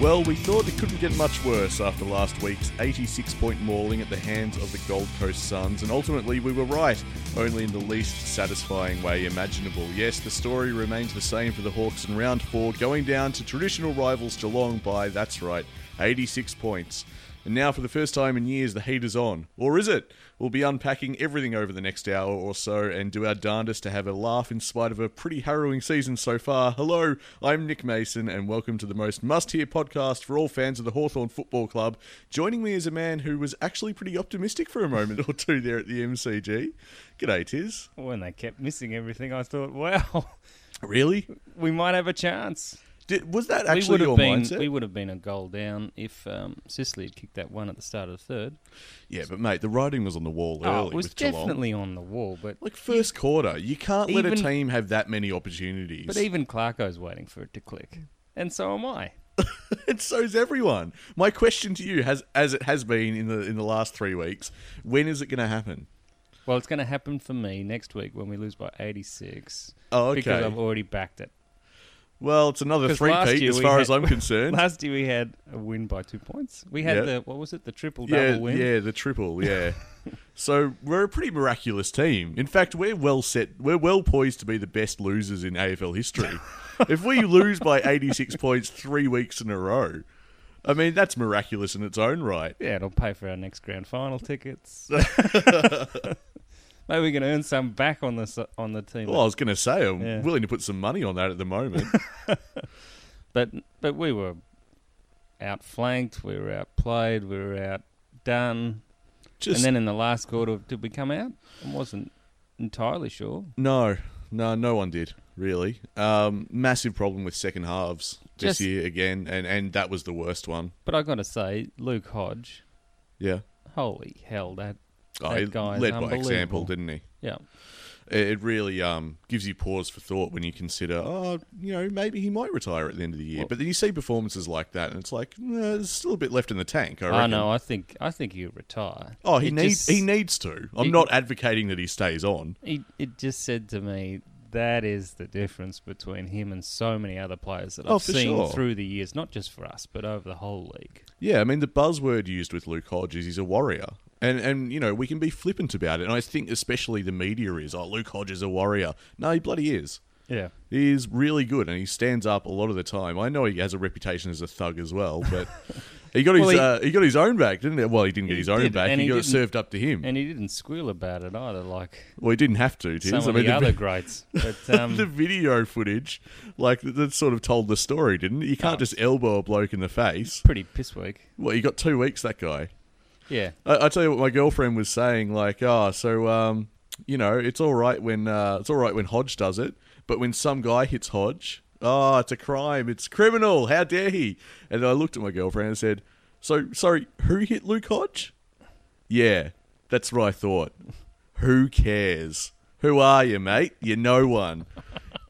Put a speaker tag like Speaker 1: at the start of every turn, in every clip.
Speaker 1: Well, we thought it couldn't get much worse after last week's 86 point mauling at the hands of the Gold Coast Suns, and ultimately we were right, only in the least satisfying way imaginable. Yes, the story remains the same for the Hawks in round four, going down to traditional rivals Geelong by, that's right, 86 points. And now, for the first time in years, the heat is on. Or is it? We'll be unpacking everything over the next hour or so and do our darndest to have a laugh in spite of a pretty harrowing season so far. Hello, I'm Nick Mason, and welcome to the most must hear podcast for all fans of the Hawthorn Football Club. Joining me is a man who was actually pretty optimistic for a moment or two there at the MCG. G'day, Tiz.
Speaker 2: When they kept missing everything, I thought, wow,
Speaker 1: Really?
Speaker 2: we might have a chance.
Speaker 1: Did, was that
Speaker 2: We
Speaker 1: actually
Speaker 2: would
Speaker 1: your
Speaker 2: have been
Speaker 1: mindset?
Speaker 2: we would have been a goal down if um, Sicily had kicked that one at the start of the third.
Speaker 1: yeah, but mate, the writing was on the wall
Speaker 2: Oh,
Speaker 1: early
Speaker 2: it was
Speaker 1: with Geelong.
Speaker 2: definitely on the wall, but
Speaker 1: like first quarter, you can't let a
Speaker 2: Even-
Speaker 1: team have that many opportunities.
Speaker 2: but even Clarko's waiting for it to click, and so am I.
Speaker 1: and so's everyone. My question to you has, as it has been in the in the last three weeks, when is it going to happen?
Speaker 2: Well, it's going to happen for me next week when we lose by eighty six.
Speaker 1: Oh,
Speaker 2: Because
Speaker 1: okay.
Speaker 2: I've already backed it.
Speaker 1: Well, it's another
Speaker 2: 'Cause
Speaker 1: three
Speaker 2: last
Speaker 1: peat
Speaker 2: year
Speaker 1: as
Speaker 2: we
Speaker 1: far
Speaker 2: had-
Speaker 1: as I'm concerned.
Speaker 2: Last year we had a win by two points. We had
Speaker 1: Yeah.
Speaker 2: the what was it? The triple double
Speaker 1: yeah,
Speaker 2: win.
Speaker 1: yeah, the triple, yeah. so we're a pretty miraculous team. In fact, we're well set. We're well poised to be the best losers in AFL history. if we lose by 86 points three weeks in a row, I mean that's miraculous in its own right.
Speaker 2: Yeah, it'll pay for our next grand final tickets. Maybe we can earn some back on this on the team.
Speaker 1: Well, I was going to say I'm
Speaker 2: Yeah.
Speaker 1: willing to put some money on that at the moment.
Speaker 2: But but we were outflanked, we were outplayed, we were outdone.
Speaker 1: Just
Speaker 2: and then in the last quarter, did we come out? I wasn't entirely sure.
Speaker 1: No, no, no one did really. Um, massive problem with second halves this
Speaker 2: Just-
Speaker 1: year again, and and that was the worst one.
Speaker 2: But I got to say, Luke Hodge,
Speaker 1: Yeah,
Speaker 2: holy hell, that
Speaker 1: Oh, he
Speaker 2: That guy is
Speaker 1: led by example,
Speaker 2: unbelievable.
Speaker 1: didn't he?
Speaker 2: yeah.
Speaker 1: It it really um, gives you pause for thought when you consider, oh, you know, maybe he might retire at the end of the year.
Speaker 2: Well-
Speaker 1: but then you see performances like that, and it's like nah, there's still a bit left in the tank. I
Speaker 2: I
Speaker 1: reckon.
Speaker 2: know. I think I think he'll retire.
Speaker 1: Oh, he
Speaker 2: It
Speaker 1: needs
Speaker 2: just-
Speaker 1: he needs to. I'm
Speaker 2: He-
Speaker 1: not advocating that he stays on.
Speaker 2: He, it just said to me that is the difference between him and so many other players that I've
Speaker 1: Oh, for
Speaker 2: seen
Speaker 1: sure.
Speaker 2: through the years, not just for us, but over the whole league.
Speaker 1: Yeah, I mean the buzzword used with Luke Hodge is he's a warrior. And and you know, we can be flippant about it. And I think especially the media is, oh Luke Hodge is a warrior. No, he bloody is.
Speaker 2: Yeah.
Speaker 1: He is really good and he stands up a lot of the time. I know he has a reputation as a thug as well, but he got his
Speaker 2: Well, he-
Speaker 1: uh, he got his own back, didn't he? Well, he didn't get
Speaker 2: He
Speaker 1: his own
Speaker 2: did,
Speaker 1: back.
Speaker 2: and
Speaker 1: He,
Speaker 2: he
Speaker 1: got it
Speaker 2: didn't-
Speaker 1: served up to him.
Speaker 2: And he didn't squeal about it either, like
Speaker 1: well, he didn't have to. Tiz.
Speaker 2: some
Speaker 1: I
Speaker 2: of
Speaker 1: mean,
Speaker 2: the
Speaker 1: the
Speaker 2: other greats. But um,
Speaker 1: the video footage, like that- that, sort of told the story, didn't it? You can't
Speaker 2: Oh.
Speaker 1: just elbow a bloke in the face.
Speaker 2: pretty piss weak.
Speaker 1: Well, you got two weeks. That guy.
Speaker 2: Yeah.
Speaker 1: I, I tell you what, my girlfriend was saying, like, ah, so um, you know, it's all right when uh, it's all right when Hodge does it, but when some guy hits Hodge, ah, it's a crime, it's criminal. How dare he? And I looked at my girlfriend and said, so sorry, who hit Luke Hodge? Yeah, that's what I thought. Who cares? Who are you, mate? You're no one.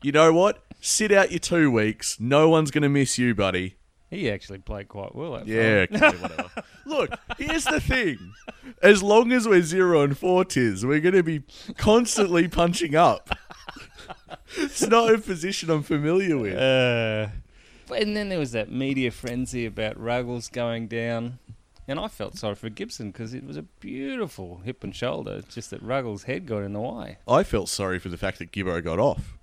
Speaker 1: You know what? Sit out your two weeks. No one's going to miss you, buddy.
Speaker 2: He actually played quite well. That fella.
Speaker 1: Yeah, okay, whatever. Look, here's the thing. As long as we're zero and four tiers, we're going to be constantly punching up. It's not a position I'm familiar with.
Speaker 2: Uh, but- and then there was that media frenzy about Ruggles going down. And I felt sorry for Gibson because it was a beautiful hip and shoulder. It's just that Ruggles' head got in the way.
Speaker 1: I felt sorry for the fact that Gibbo got off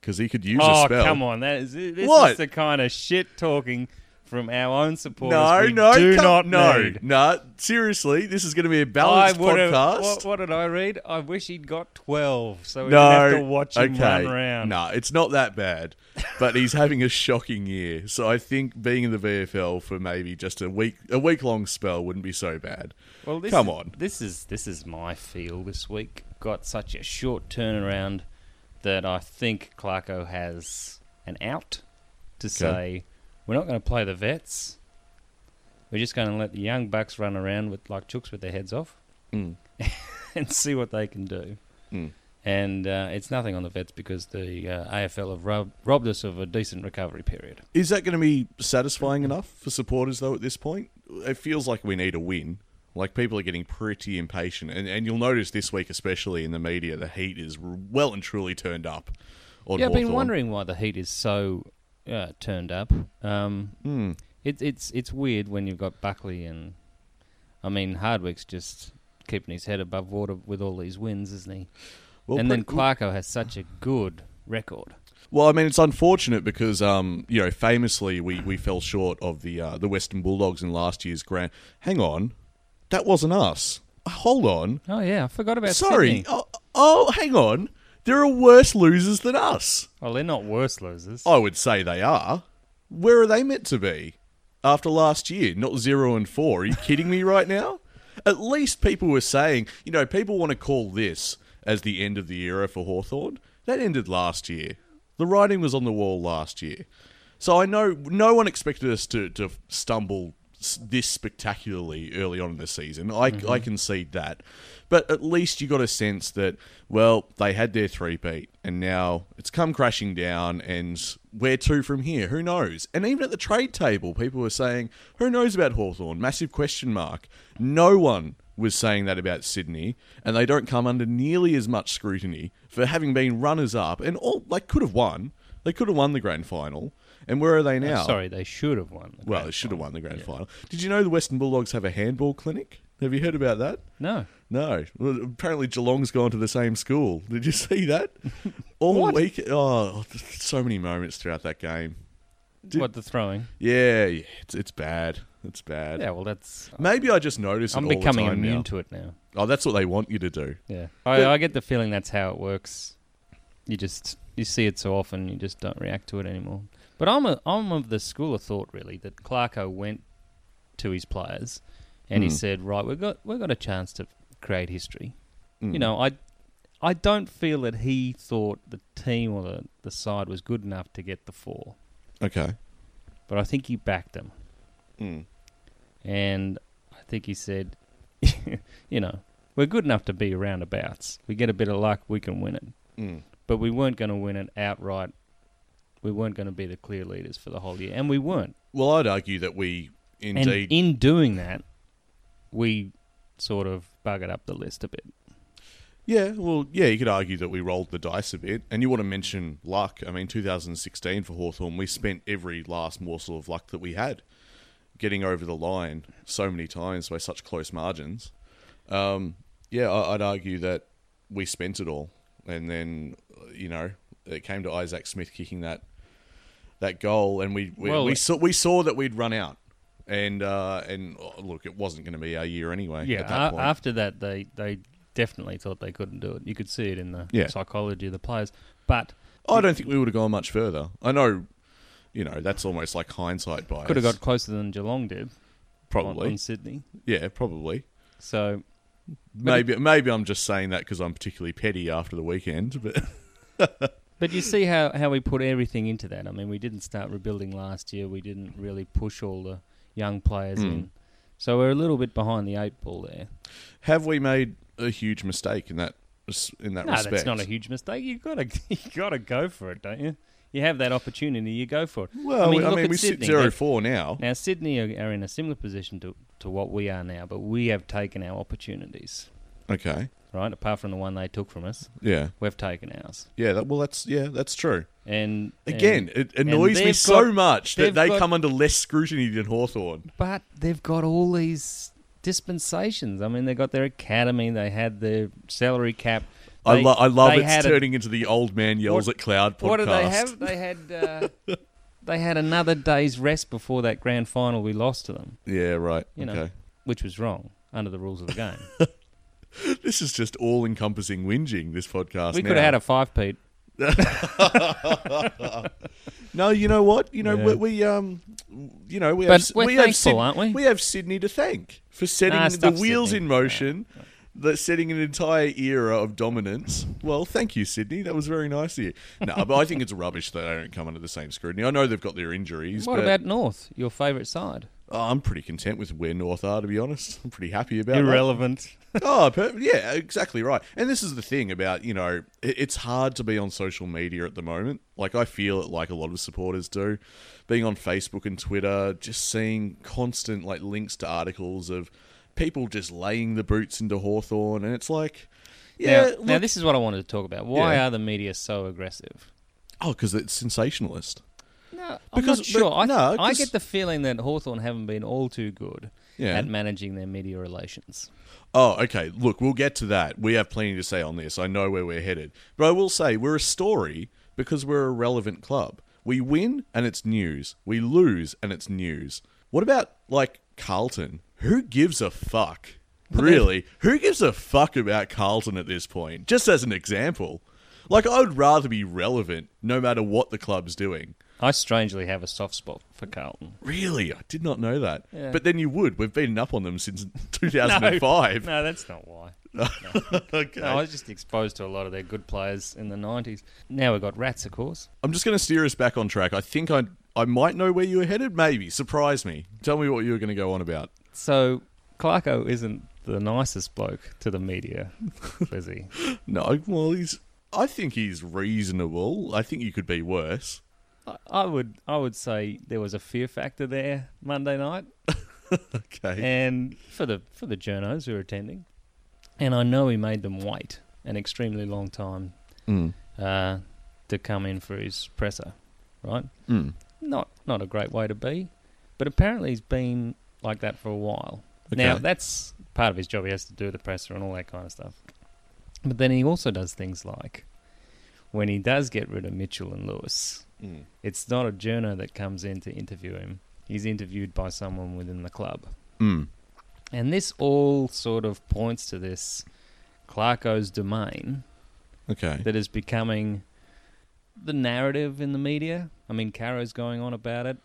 Speaker 1: because he could use
Speaker 2: oh,
Speaker 1: a spell.
Speaker 2: come on. That is, this
Speaker 1: What?
Speaker 2: is the kind of shit talking from our own supporters.
Speaker 1: No,
Speaker 2: we
Speaker 1: no,
Speaker 2: do
Speaker 1: come-
Speaker 2: not
Speaker 1: no,
Speaker 2: need.
Speaker 1: no. Seriously, this is going to be a
Speaker 2: I
Speaker 1: balanced
Speaker 2: would have.
Speaker 1: podcast.
Speaker 2: What, what did I read? I wish he'd got 12 so we
Speaker 1: no,
Speaker 2: didn't have to watch him
Speaker 1: okay.
Speaker 2: run around.
Speaker 1: No, it's not that bad. But he's having a shocking year, so I think being in the VFL for maybe just a week a week long spell wouldn't be so bad.
Speaker 2: Well, this
Speaker 1: Come
Speaker 2: is-
Speaker 1: on.
Speaker 2: This is this is my feel this week. Got such a short turnaround that I think Clarko has an out to say we're not going to play the vets. We're just going to let the young bucks run around with like chooks with their heads off
Speaker 1: Mm.
Speaker 2: and see what they can do.
Speaker 1: Mm.
Speaker 2: And uh, it's nothing on the vets because the uh, AFL have rob- robbed us of a decent recovery period.
Speaker 1: Is that going to be satisfying enough for supporters though? At this point, it feels like we need a win. Like people are getting pretty impatient, and and you'll notice this week, especially in the media, the heat is well and truly turned up. On
Speaker 2: Yeah, I've been
Speaker 1: Hawthorn. Hmm.
Speaker 2: wondering why the heat is so uh, turned up. Um, It, it's it's weird when you've got Buckley and, I mean Hardwick's just keeping his head above water with all these wins, isn't he?
Speaker 1: Well,
Speaker 2: and then
Speaker 1: pre-
Speaker 2: Clarko has such a good record.
Speaker 1: Well, I mean, it's unfortunate because, um, you know, famously we, we fell short of the uh, the Western Bulldogs in last year's grand. Hang on, that wasn't us. Hold on,
Speaker 2: Oh yeah, I forgot about
Speaker 1: sorry.
Speaker 2: Sydney.
Speaker 1: Oh, oh, hang on. There are worse losers than us.
Speaker 2: Well, they're not worse losers.
Speaker 1: I would say they are. Where are they meant to be? After last year, not zero and four. Are you kidding me right now? At least people were saying, you know, people want to call this as the end of the era for Hawthorn. That ended last year. The writing was on the wall last year. So I know no one expected us to, to stumble s- this spectacularly early on in the season. I, I concede that. But at least you got a sense that, well, they had their three-peat and now it's come crashing down and where to from here? Who knows? And even at the trade table, people were saying, who knows about Hawthorn? Massive question mark. No one was saying that about Sydney, and they don't come under nearly as much scrutiny for having been runners-up and all, like, could have won. They could have won the grand final. And where are they
Speaker 2: Oh,
Speaker 1: now?
Speaker 2: sorry, they should have won. the
Speaker 1: Well,
Speaker 2: grand
Speaker 1: they should have
Speaker 2: final.
Speaker 1: won the grand final. Did you know the Western Bulldogs have a handball clinic? Have you heard about that?
Speaker 2: No,
Speaker 1: No. Well, apparently Geelong's gone to the same school. Did you see that? All week. Oh, so many moments throughout that game. Did-
Speaker 2: what the throwing?
Speaker 1: Yeah, yeah it's, it's bad. It's bad.
Speaker 2: Yeah, well, that's.
Speaker 1: Maybe I just notice. It
Speaker 2: I'm
Speaker 1: all the
Speaker 2: becoming
Speaker 1: time
Speaker 2: immune
Speaker 1: now.
Speaker 2: to it now.
Speaker 1: Oh, that's what they want you to do.
Speaker 2: Yeah,
Speaker 1: But-
Speaker 2: I, I get the feeling that's how it works. You just you see it so often, you just don't react to it anymore. But I'm a, I'm of the school of thought really that Clarko went to his players, and he
Speaker 1: Hmm.
Speaker 2: said, "Right, we've got we've got a chance to create history."
Speaker 1: Mm.
Speaker 2: You know, I I don't feel that he thought the team or the, the side was good enough to get the four,
Speaker 1: Okay.
Speaker 2: but I think he backed them,
Speaker 1: Mm.
Speaker 2: and I think he said, "You know, we're good enough to be roundabouts. We get a bit of luck, we can win it."
Speaker 1: Mm.
Speaker 2: but we weren't going to win it outright. We weren't going to be the clear leaders for the whole year, and we weren't.
Speaker 1: Well, I'd argue that we indeed
Speaker 2: And in doing that, we sort of buggered up the list a bit.
Speaker 1: Yeah, well, yeah, you could argue that we rolled the dice a bit. And you want to mention luck. I mean, 2016 for Hawthorn, we spent every last morsel of luck that we had getting over the line so many times by such close margins. Um, yeah, I, I'd argue that we spent it all. And then, you know, it came to Isaac Smith kicking that that goal, and we we,
Speaker 2: Well-
Speaker 1: we saw we saw that we'd run out. And uh, and oh, look, it wasn't going to be our year anyway.
Speaker 2: Yeah.
Speaker 1: at that
Speaker 2: a-
Speaker 1: point.
Speaker 2: after that, they they definitely thought they couldn't do it. You could see it in the
Speaker 1: Yeah.
Speaker 2: psychology of the players. But
Speaker 1: I don't think we would have gone much further. I know, you know, that's almost like hindsight bias.
Speaker 2: could have got closer than Geelong did on-
Speaker 1: probably,
Speaker 2: on Sydney.
Speaker 1: yeah, probably.
Speaker 2: So
Speaker 1: Maybe, maybe I'm just saying that because I'm particularly petty after the weekend. But
Speaker 2: But you see how, how we put everything into that. I mean, we didn't start rebuilding last year. We didn't really push all the young players
Speaker 1: Hmm.
Speaker 2: in. So we're a little bit behind the eight ball there.
Speaker 1: have we made a huge mistake in that in that
Speaker 2: no,
Speaker 1: respect?
Speaker 2: that's not a huge mistake. You gotta you gotta go for it, don't you? You have that opportunity, you go for it.
Speaker 1: well, I mean,
Speaker 2: look at
Speaker 1: we sit
Speaker 2: Sydney.
Speaker 1: zero
Speaker 2: They-
Speaker 1: four now.
Speaker 2: Now Sydney are, are in a similar position to, to what we are now, but we have taken our opportunities,
Speaker 1: Okay,
Speaker 2: right? Apart from the one they took from us,
Speaker 1: yeah,
Speaker 2: we've taken ours.
Speaker 1: yeah. That, well, that's yeah, that's true.
Speaker 2: And and-
Speaker 1: Again, it annoys me
Speaker 2: they've
Speaker 1: so
Speaker 2: got-
Speaker 1: much that
Speaker 2: they've
Speaker 1: they
Speaker 2: got-
Speaker 1: come under less scrutiny than Hawthorn.
Speaker 2: But they've got all these dispensations. I mean, they got their academy, they had their salary cap.
Speaker 1: I,
Speaker 2: They-
Speaker 1: lo- I love
Speaker 2: they
Speaker 1: it's
Speaker 2: had a-
Speaker 1: turning into the old man yells
Speaker 2: What-
Speaker 1: at cloud podcast.
Speaker 2: What did they have? They had uh, they had another day's rest before that grand final we lost to them,
Speaker 1: Yeah, right.
Speaker 2: You know.
Speaker 1: okay.
Speaker 2: which was wrong under the rules of the game.
Speaker 1: This is just all encompassing whinging, this podcast.
Speaker 2: we
Speaker 1: now.
Speaker 2: could have had a five peat.
Speaker 1: No, you know what? You know,
Speaker 2: Yeah.
Speaker 1: we, we, um, you know, we
Speaker 2: But
Speaker 1: have,
Speaker 2: we're
Speaker 1: we have
Speaker 2: thankful,
Speaker 1: Syd-
Speaker 2: aren't we?
Speaker 1: We have Sydney to thank for setting
Speaker 2: Nah,
Speaker 1: the
Speaker 2: stuff
Speaker 1: wheels
Speaker 2: Sydney.
Speaker 1: in motion, that setting an entire era of dominance. Well, thank you, Sydney. That was very nice of you. No, but I think it's rubbish that they don't come under the same scrutiny. I know they've got their injuries,
Speaker 2: What
Speaker 1: but
Speaker 2: about North, your favourite side?
Speaker 1: oh, I'm pretty content with where North are, to be honest. I'm pretty happy about that.
Speaker 2: Irrelevant.
Speaker 1: oh, per- yeah, exactly right. And this is the thing about you know, it- it's hard to be on social media at the moment. Like I feel it, like a lot of supporters do, being on Facebook and Twitter, just seeing constant like links to articles of people just laying the boots into Hawthorn, and it's like,
Speaker 2: now,
Speaker 1: yeah,
Speaker 2: now
Speaker 1: look-
Speaker 2: this is what I wanted to talk about. Why
Speaker 1: Yeah.
Speaker 2: are the media so aggressive?
Speaker 1: oh, because it's sensationalist.
Speaker 2: No,
Speaker 1: Because-
Speaker 2: I'm
Speaker 1: but
Speaker 2: not sure. I,
Speaker 1: no,
Speaker 2: I
Speaker 1: 'cause-
Speaker 2: get the feeling that Hawthorn haven't been all too good
Speaker 1: Yeah.
Speaker 2: at managing their media relations.
Speaker 1: Oh, okay. Look, we'll get to that. We have plenty to say on this. I know where we're headed. But I will say we're a story because we're a relevant club. We win and it's news. We lose and it's news. What about, like, Carlton? Who gives a fuck? Really? Who gives a fuck about Carlton at this point? Just as an example. Like, I would rather be relevant no matter what the club's doing.
Speaker 2: I strangely have a soft spot for Carlton.
Speaker 1: Really? I did not know that.
Speaker 2: Yeah.
Speaker 1: But then you would. We've beaten up on them since 2005.
Speaker 2: No, that's not why.
Speaker 1: okay.
Speaker 2: No, I was just exposed to a lot of their good players in the 90s. Now we've got Rats, of course.
Speaker 1: I'm just going to steer us back on track. I think I I might know where you were headed. Maybe surprise me. Tell me what you were going to go on about.
Speaker 2: So, Clarko isn't the nicest bloke to the media, is he?
Speaker 1: No, well he's. I think he's reasonable. I think you could be worse.
Speaker 2: I, I would I would say there was a fear factor there Monday night, Eh.
Speaker 1: Okay.
Speaker 2: and for the for the journos who were attending, and I know he made them wait an extremely long time
Speaker 1: Mm.
Speaker 2: uh, to come in for his presser, right?
Speaker 1: Mm.
Speaker 2: Not not a great way to be, but apparently he's been like that for a while. Now
Speaker 1: Okay.
Speaker 2: that's part of his job. He has to do the presser and all that kind of stuff. But then he also does things like when he does get rid of Mitchell and Lewis.
Speaker 1: Mm.
Speaker 2: It's not a journo that comes in to interview him. He's interviewed by someone within the club.
Speaker 1: Mm.
Speaker 2: And this all sort of points to this Clarko's domain
Speaker 1: Okay.
Speaker 2: that is becoming the narrative in the media. I mean, Caro's going on about it.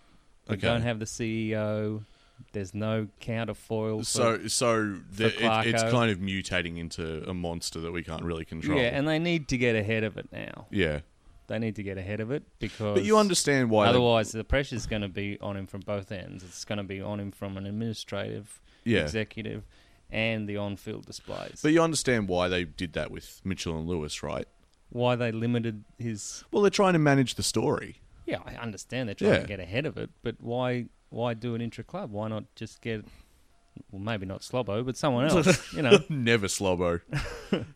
Speaker 2: We
Speaker 1: Okay.
Speaker 2: don't have the CEO. There's no counterfoil. for-
Speaker 1: So so the, it, it's
Speaker 2: Clarko.
Speaker 1: kind of mutating into a monster that we can't really control.
Speaker 2: yeah, and they need to get ahead of it now.
Speaker 1: yeah.
Speaker 2: They need to get ahead of it because
Speaker 1: But you understand why? they-
Speaker 2: Otherwise, the pressure's going to be on him from both ends. It's going to be on him from an administrative,
Speaker 1: Yeah.
Speaker 2: executive, and the on-field displays.
Speaker 1: but you understand why they did that with Mitchell and Lewis, right?
Speaker 2: Why they limited his?
Speaker 1: Well, they're trying to manage the story.
Speaker 2: Yeah, I understand they're trying
Speaker 1: Yeah.
Speaker 2: to get ahead of it, but why? Why do an intra-club? Why not just get? Well, maybe not Slobbo, but someone else. you know,
Speaker 1: Never Slobbo.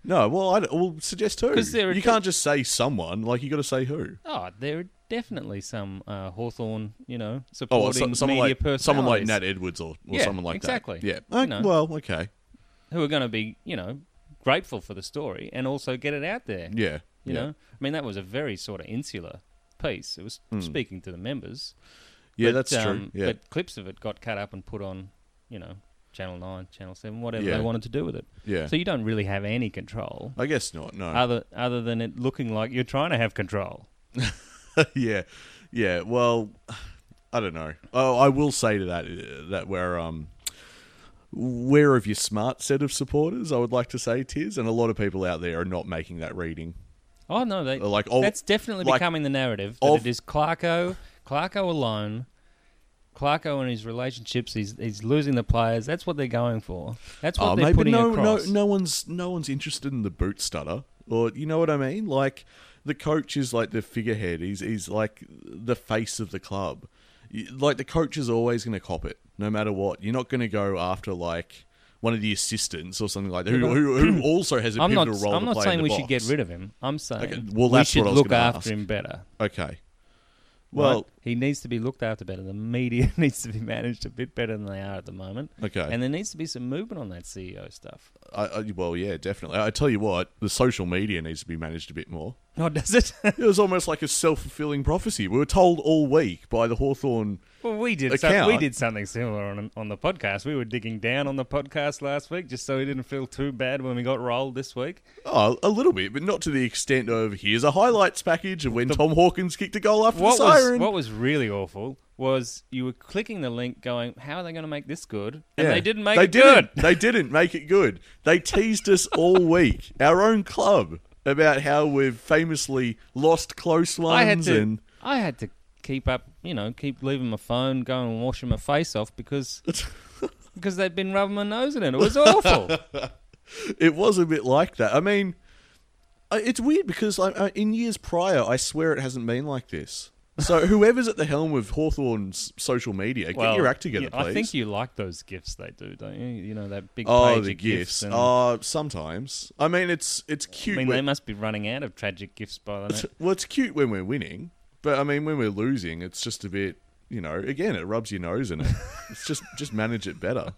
Speaker 1: no, well, I will suggest who.
Speaker 2: 'Cause they're-
Speaker 1: You can't just say someone. Like you got to say who.
Speaker 2: oh, there are definitely some uh, Hawthorne, you know,
Speaker 1: Oh,
Speaker 2: supporting
Speaker 1: well, so, someone
Speaker 2: media
Speaker 1: like someone like
Speaker 2: personalities
Speaker 1: Nat Edwards or, or
Speaker 2: Yeah,
Speaker 1: someone like
Speaker 2: exactly.
Speaker 1: that. Yeah.
Speaker 2: You
Speaker 1: Uh,
Speaker 2: know.
Speaker 1: Well, okay.
Speaker 2: who are going to be, you know, grateful for the story and also get it out there.
Speaker 1: Yeah.
Speaker 2: You
Speaker 1: yeah.
Speaker 2: know, I mean, that was a very sort of insular piece. It was
Speaker 1: Hmm.
Speaker 2: speaking to the members.
Speaker 1: Yeah,
Speaker 2: But,
Speaker 1: that's true.
Speaker 2: um,
Speaker 1: Yeah.
Speaker 2: But clips of it got cut up and put on, you know, Channel 9, Channel 7, whatever
Speaker 1: Yeah.
Speaker 2: they wanted to do with it.
Speaker 1: yeah.
Speaker 2: So you don't really have any control
Speaker 1: I guess not. No.
Speaker 2: other other than it looking like you're trying to have control.
Speaker 1: yeah. Yeah. Well, I don't know. Oh, I will say to that uh, that where um. Where of your smart set of supporters, I would like to say, Tiz, and a lot of people out there are not making that reading.
Speaker 2: Oh, no, they,
Speaker 1: Like, oh,
Speaker 2: that's definitely
Speaker 1: like-
Speaker 2: becoming the narrative that
Speaker 1: of-
Speaker 2: it is Clarko, Clarko alone, Clarko and his relationships, he's, he's losing the players. That's what they're going for. That's what
Speaker 1: Oh,
Speaker 2: they're
Speaker 1: maybe
Speaker 2: putting
Speaker 1: no, no,
Speaker 2: across.
Speaker 1: no one's no one's interested in the boot stutter, or you know what I mean. Like the coach is like the figurehead. He's he's like the face of the club. You- Like the coach is always going to cop it, no matter what. You're not going to go after like one of the assistants or something like that, who, who, who also has a
Speaker 2: I'm
Speaker 1: pivotal
Speaker 2: not.
Speaker 1: role.
Speaker 2: I'm
Speaker 1: to
Speaker 2: not
Speaker 1: play
Speaker 2: saying
Speaker 1: in
Speaker 2: we
Speaker 1: the
Speaker 2: should get
Speaker 1: box.
Speaker 2: rid of him. I'm saying
Speaker 1: Okay, well,
Speaker 2: we
Speaker 1: that's what
Speaker 2: should
Speaker 1: I was
Speaker 2: look
Speaker 1: gonna
Speaker 2: after
Speaker 1: ask.
Speaker 2: him better.
Speaker 1: Okay. Well,
Speaker 2: right? he needs to be looked after better. The media needs to be managed a bit better than they are at the moment.
Speaker 1: okay.
Speaker 2: And there needs to be some movement on that CEO stuff.
Speaker 1: I, I, well, yeah, definitely. I, I tell you what, the social media needs to be managed a bit more.
Speaker 2: Oh, does it?
Speaker 1: It was almost like a self-fulfilling prophecy. We were told all week by the Hawthorn.
Speaker 2: well, we did.
Speaker 1: Account.
Speaker 2: Some, we did something similar on on the podcast. We were digging down on the podcast last week, just so we didn't feel too bad when we got rolled this week.
Speaker 1: Oh, a little bit, but not to the extent of here's a highlights package of when Tom Hawkins kicked a goal after
Speaker 2: What
Speaker 1: the
Speaker 2: was
Speaker 1: siren.
Speaker 2: what was really awful was you were clicking the link, going, "How are they going to make this good?" And
Speaker 1: Yeah.
Speaker 2: they didn't make
Speaker 1: they
Speaker 2: it good.
Speaker 1: didn't. They didn't make it good. They teased us all week, our own club, about how we've famously lost close ones.
Speaker 2: I had to.
Speaker 1: and
Speaker 2: I had to keep up. You know, keep leaving my phone, going and washing my face off because because they'd been rubbing my nose in it. It was awful.
Speaker 1: it was a bit like that. I mean, I- it's weird because I, I, in years prior, I swear it hasn't been like this. So whoever's at the helm of Hawthorn's social media, get your act together,
Speaker 2: yeah,
Speaker 1: please.
Speaker 2: I think you like those gifts they do, don't you? You know that big
Speaker 1: Oh,
Speaker 2: page
Speaker 1: the
Speaker 2: of
Speaker 1: gifts.
Speaker 2: gifts. and,
Speaker 1: Uh, sometimes. I mean, it's it's
Speaker 2: I
Speaker 1: cute.
Speaker 2: mean,
Speaker 1: when-
Speaker 2: they must be running out of tragic gifts by the
Speaker 1: It's-
Speaker 2: night.
Speaker 1: well, it's cute when we're winning, But I mean, when we're losing, it's just a bit, you know. Again, it rubs your nose in it. it's just just manage it better.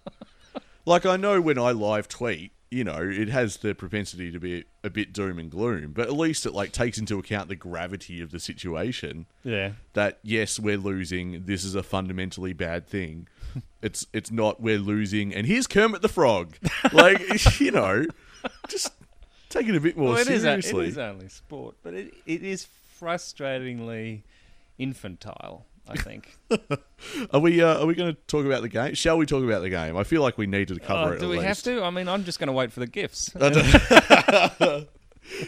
Speaker 1: Like I know when I live tweet, you know, it has the propensity to be a bit doom and gloom, but at least it like takes into account the gravity of the situation.
Speaker 2: Yeah.
Speaker 1: That yes, we're losing. This is a fundamentally bad thing. It's it's not we're losing, and here's Kermit the Frog. Like you know, just take it a bit more
Speaker 2: Well, it is, a-
Speaker 1: seriously.
Speaker 2: it is only sport, but it, it is frustratingly infantile, I think.
Speaker 1: Are we uh, are we going to talk about the game? Shall we talk about the game? I feel like we needed to
Speaker 2: Oh,
Speaker 1: cover it.
Speaker 2: do
Speaker 1: at
Speaker 2: we have
Speaker 1: least.
Speaker 2: to? I mean, I'm just going to wait for the gifts.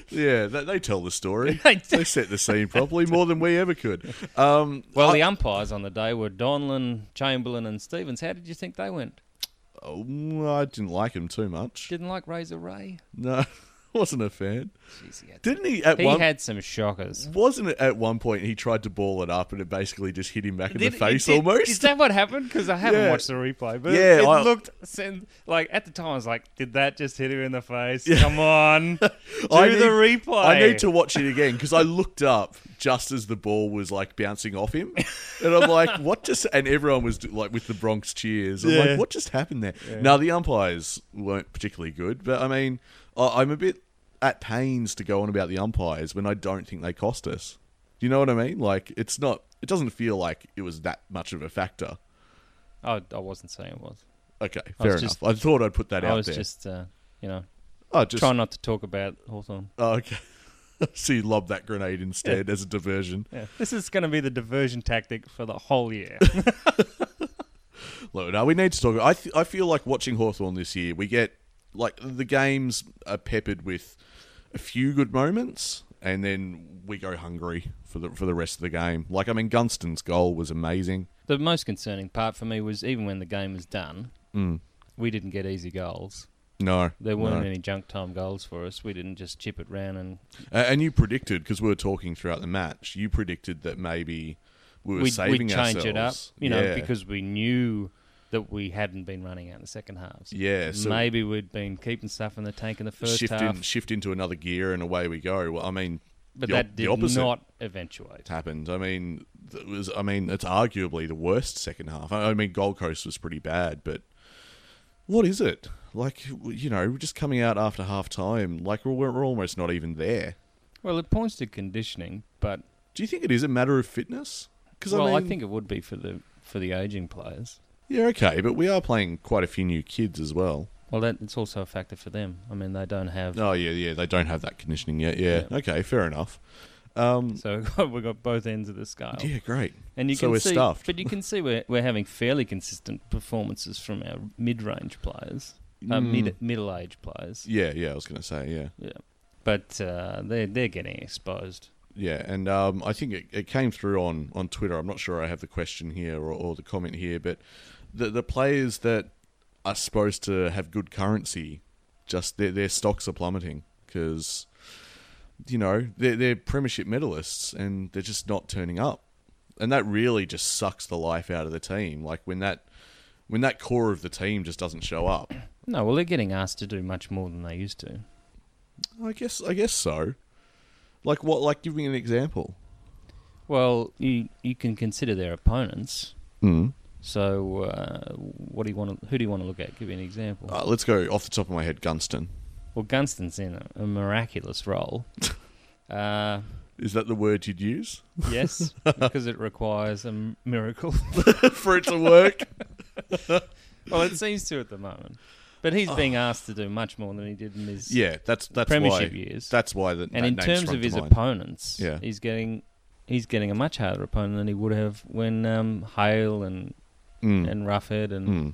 Speaker 1: Yeah, they, they tell the story.
Speaker 2: They do.
Speaker 1: they set the scene properly more than we ever could. Um,
Speaker 2: Well, the umpires on the day were Donlan, Chamberlain, and Stevens. How did you think they went?
Speaker 1: oh, I didn't like him too much.
Speaker 2: Didn't like Razor Ray.
Speaker 1: No, wasn't a fan.
Speaker 2: Jeez, he had,
Speaker 1: Didn't he at
Speaker 2: he
Speaker 1: one?
Speaker 2: had some shockers.
Speaker 1: wasn't it at one point he tried to ball it up and it basically just hit him back in
Speaker 2: Did-
Speaker 1: the face
Speaker 2: did-
Speaker 1: almost?
Speaker 2: Is that what happened? Because I haven't
Speaker 1: Yeah.
Speaker 2: watched the replay, but
Speaker 1: Yeah,
Speaker 2: it, it
Speaker 1: I-
Speaker 2: looked sen- like at the time I was like, "Did that just hit him in the face? Come on, do
Speaker 1: I
Speaker 2: the
Speaker 1: need-
Speaker 2: replay."
Speaker 1: I need to watch it again because I looked up just as the ball was like bouncing off him, and I'm like, "What just?" And everyone was like with the Bronx cheers. I'm
Speaker 2: Yeah.
Speaker 1: like, "What just happened there?" Now the umpires weren't particularly good, but I mean, I- I'm a bit at pains to go on about the umpires when I don't think they cost us. Do you know what I mean? Like, it's not. It doesn't feel like it was that much of a factor.
Speaker 2: I, Oh, I wasn't saying it was.
Speaker 1: Okay,
Speaker 2: I
Speaker 1: fair
Speaker 2: was
Speaker 1: enough.
Speaker 2: just-
Speaker 1: I thought I'd put that
Speaker 2: I
Speaker 1: out
Speaker 2: was
Speaker 1: there.
Speaker 2: just, uh, you know,
Speaker 1: oh, just
Speaker 2: trying not to talk about Hawthorn.
Speaker 1: oh, okay. so you lob that grenade instead as a diversion.
Speaker 2: Yeah. This is going to be the diversion tactic for the whole year.
Speaker 1: Look, no, we need to talk. I th- I feel like watching Hawthorn this year. We get like the games are peppered with a few good moments, and then we go hungry for the for the rest of the game. Like I mean, Gunston's goal was amazing.
Speaker 2: the most concerning part for me was even when the game was done, we didn't get easy goals.
Speaker 1: No,
Speaker 2: There weren't
Speaker 1: Mm. no.
Speaker 2: any junk time goals for us. We didn't just chip it round and
Speaker 1: A- and you predicted because we were talking throughout the match. You predicted that maybe we were
Speaker 2: we'd,
Speaker 1: saving
Speaker 2: we'd change
Speaker 1: ourselves.
Speaker 2: it up, you know,
Speaker 1: Yeah.
Speaker 2: because we knew that we hadn't been running out in the second halves.
Speaker 1: yeah, so
Speaker 2: Maybe we'd been keeping stuff in the tank in the first
Speaker 1: shift
Speaker 2: half,
Speaker 1: in, shift into another gear, and away we go. Well, I mean,
Speaker 2: but
Speaker 1: the op-
Speaker 2: that
Speaker 1: the
Speaker 2: did
Speaker 1: opposite.
Speaker 2: not eventuate.
Speaker 1: happened. I mean, it was. I mean, it's arguably the worst second half. I I mean, Gold Coast was pretty bad, but what is it like? You know, we're just coming out after half time. Like we're, we're almost not even there.
Speaker 2: Well, it points to conditioning, but
Speaker 1: Do you think it is a matter of fitness? Because
Speaker 2: well,
Speaker 1: I,
Speaker 2: I
Speaker 1: mean,
Speaker 2: think it would be for the for the aging players.
Speaker 1: yeah, okay, but we are playing quite a few new kids as well.
Speaker 2: Well, that it's also a factor for them. I mean, they don't have
Speaker 1: Oh yeah, yeah, they don't have that conditioning yet. Yeah,
Speaker 2: Yeah.
Speaker 1: okay, fair enough. Um,
Speaker 2: so we've got, we've got both ends of the scale.
Speaker 1: yeah, great.
Speaker 2: And you
Speaker 1: so
Speaker 2: can
Speaker 1: we're
Speaker 2: see,
Speaker 1: stuffed.
Speaker 2: but you can see we're we're having fairly consistent performances from our mid-range players, uh,
Speaker 1: Hmm.
Speaker 2: mid middle-age players.
Speaker 1: Mm. Yeah, yeah, I was gonna say, yeah.
Speaker 2: Yeah, but uh, they're they're getting exposed.
Speaker 1: Yeah, and um, I think it, it came through on, on Twitter. I'm not sure I have the question here or, or the comment here, but the the players that are supposed to have good currency, just their their stocks are plummeting because you know they're, they're premiership medalists and they're just not turning up, and that really just sucks the life out of the team. Like when that when that core of the team just doesn't show up.
Speaker 2: No, well, they're getting asked to do much more than they used to.
Speaker 1: I guess I guess so. Like what? Like give me an example.
Speaker 2: Well, you you can consider their opponents.
Speaker 1: Mm.
Speaker 2: So, uh, what do you want? To, who do you want to look at? Give you an example.
Speaker 1: Uh, let's go off the top of my head. Gunston.
Speaker 2: well, Gunston's in a, a miraculous role. uh,
Speaker 1: Is that the word you'd use
Speaker 2: yes, because it requires a m- miracle.
Speaker 1: for it to work?
Speaker 2: Well, it seems to at the moment. But he's being asked to do much more than he did in his
Speaker 1: Oh. yeah, that's that's
Speaker 2: premiership
Speaker 1: why.
Speaker 2: years.
Speaker 1: That's why the,
Speaker 2: and
Speaker 1: that
Speaker 2: in
Speaker 1: name
Speaker 2: terms
Speaker 1: sprung
Speaker 2: of
Speaker 1: to
Speaker 2: his
Speaker 1: mind.
Speaker 2: opponents,
Speaker 1: Yeah.
Speaker 2: he's getting he's getting a much harder opponent than he would have when um, Hale and
Speaker 1: Mm.
Speaker 2: and Roughhead and
Speaker 1: Mm.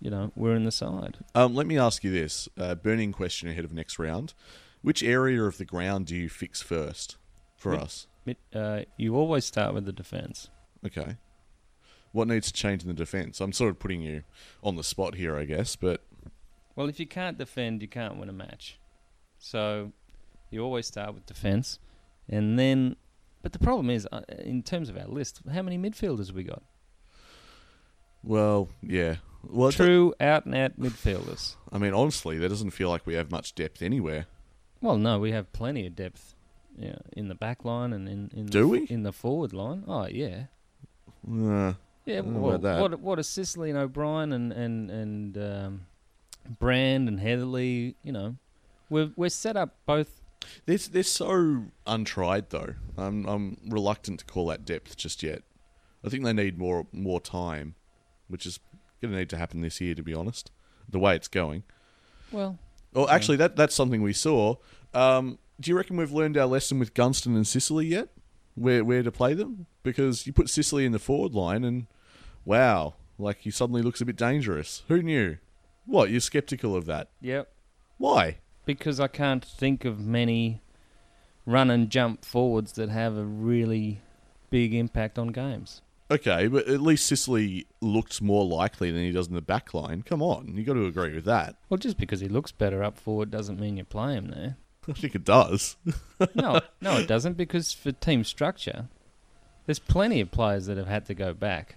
Speaker 2: you know were in the side.
Speaker 1: Um, let me ask you this: uh, burning question ahead of next round. Which area of the ground do you fix first for
Speaker 2: Mid-
Speaker 1: us?
Speaker 2: It, uh, you always start with the defence.
Speaker 1: Okay. What needs to change in the defense? I'm sort of putting you on the spot here, I guess, but
Speaker 2: Well, if you can't defend, you can't win a match. So you always start with defence, and then. But the problem is, uh, in terms of our list, how many midfielders have we got?
Speaker 1: well, yeah. Well, it-
Speaker 2: True out and out midfielders.
Speaker 1: I mean, honestly, that doesn't feel like we have much depth anywhere.
Speaker 2: Well, no, we have plenty of depth yeah, in the back line and in in
Speaker 1: Do
Speaker 2: the,
Speaker 1: we?
Speaker 2: in the forward line. Oh yeah,
Speaker 1: Uh,
Speaker 2: yeah.
Speaker 1: don't know
Speaker 2: Well,
Speaker 1: about that.
Speaker 2: what what a Sicily and O'Brien and and and um, Brand and Heatherly. You know, we're we're set up both.
Speaker 1: they're, they're so untried, though. I'm, I'm reluctant to call that depth just yet. I think they need more more time, which is going to need to happen this year, to be honest, the way it's going.
Speaker 2: Well,
Speaker 1: Well, actually, that that's something we saw. Um, do you reckon we've learned our lesson with Gunston and Sicily yet? Where where to play them? Because you put Sicily in the forward line, and wow, like he suddenly looks a bit dangerous. Who knew? What you're skeptical of that?
Speaker 2: yep.
Speaker 1: Why?
Speaker 2: Because I can't think of many run and jump forwards that have a really big impact on games.
Speaker 1: Okay, but at least Sicily looks more likely than he does in the back line. Come on, you got to agree with that.
Speaker 2: Well, just because he looks better up forward doesn't mean you play him there.
Speaker 1: I think it does.
Speaker 2: No, no, it doesn't because for team structure, there's plenty of players that have had to go back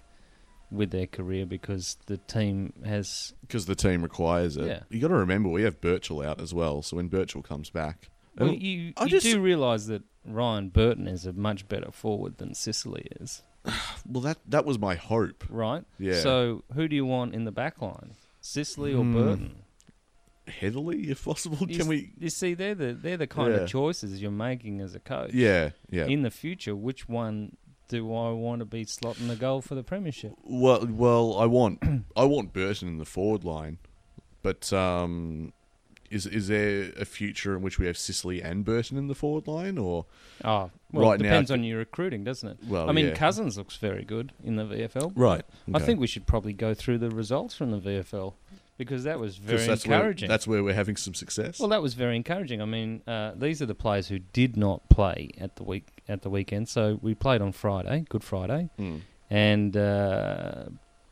Speaker 2: with their career because the team has.
Speaker 1: because the team requires it.
Speaker 2: Yeah.
Speaker 1: You got to remember we have Birchall out as well, so when Birchall comes back,
Speaker 2: Well,
Speaker 1: And
Speaker 2: you
Speaker 1: Um, I
Speaker 2: you
Speaker 1: just-
Speaker 2: do realise that Ryan Burton is a much better forward than Sicily is,
Speaker 1: well, that that was my hope.
Speaker 2: right?
Speaker 1: Yeah.
Speaker 2: So who do you want in the back line, Sicily or
Speaker 1: Hmm.
Speaker 2: Burton?
Speaker 1: Heavily, if possible,
Speaker 2: You
Speaker 1: can
Speaker 2: s-
Speaker 1: we?
Speaker 2: You see, they're the they're the kind
Speaker 1: Yeah.
Speaker 2: of choices you're making as a coach.
Speaker 1: Yeah, yeah.
Speaker 2: In the future, which one do I want to be slotting the goal for the premiership?
Speaker 1: well, well, I want I want Burton in the forward line, but um, is is there a future in which we have Sicily and Burton in the forward line, or
Speaker 2: Oh, well,
Speaker 1: Right
Speaker 2: it
Speaker 1: now-
Speaker 2: depends on your recruiting, doesn't it?
Speaker 1: Well,
Speaker 2: I mean,
Speaker 1: Oh, yeah.
Speaker 2: Cousins looks very good in the VFL.
Speaker 1: right?
Speaker 2: I think we should probably go through the results from the VFL because that was very
Speaker 1: that's
Speaker 2: encouraging.
Speaker 1: Where, that's where we're having some success.
Speaker 2: well, that was very encouraging. I mean, uh, these are the players who did not play at the week at the weekend. So we played on Friday, Good Friday,
Speaker 1: Mm,
Speaker 2: and uh,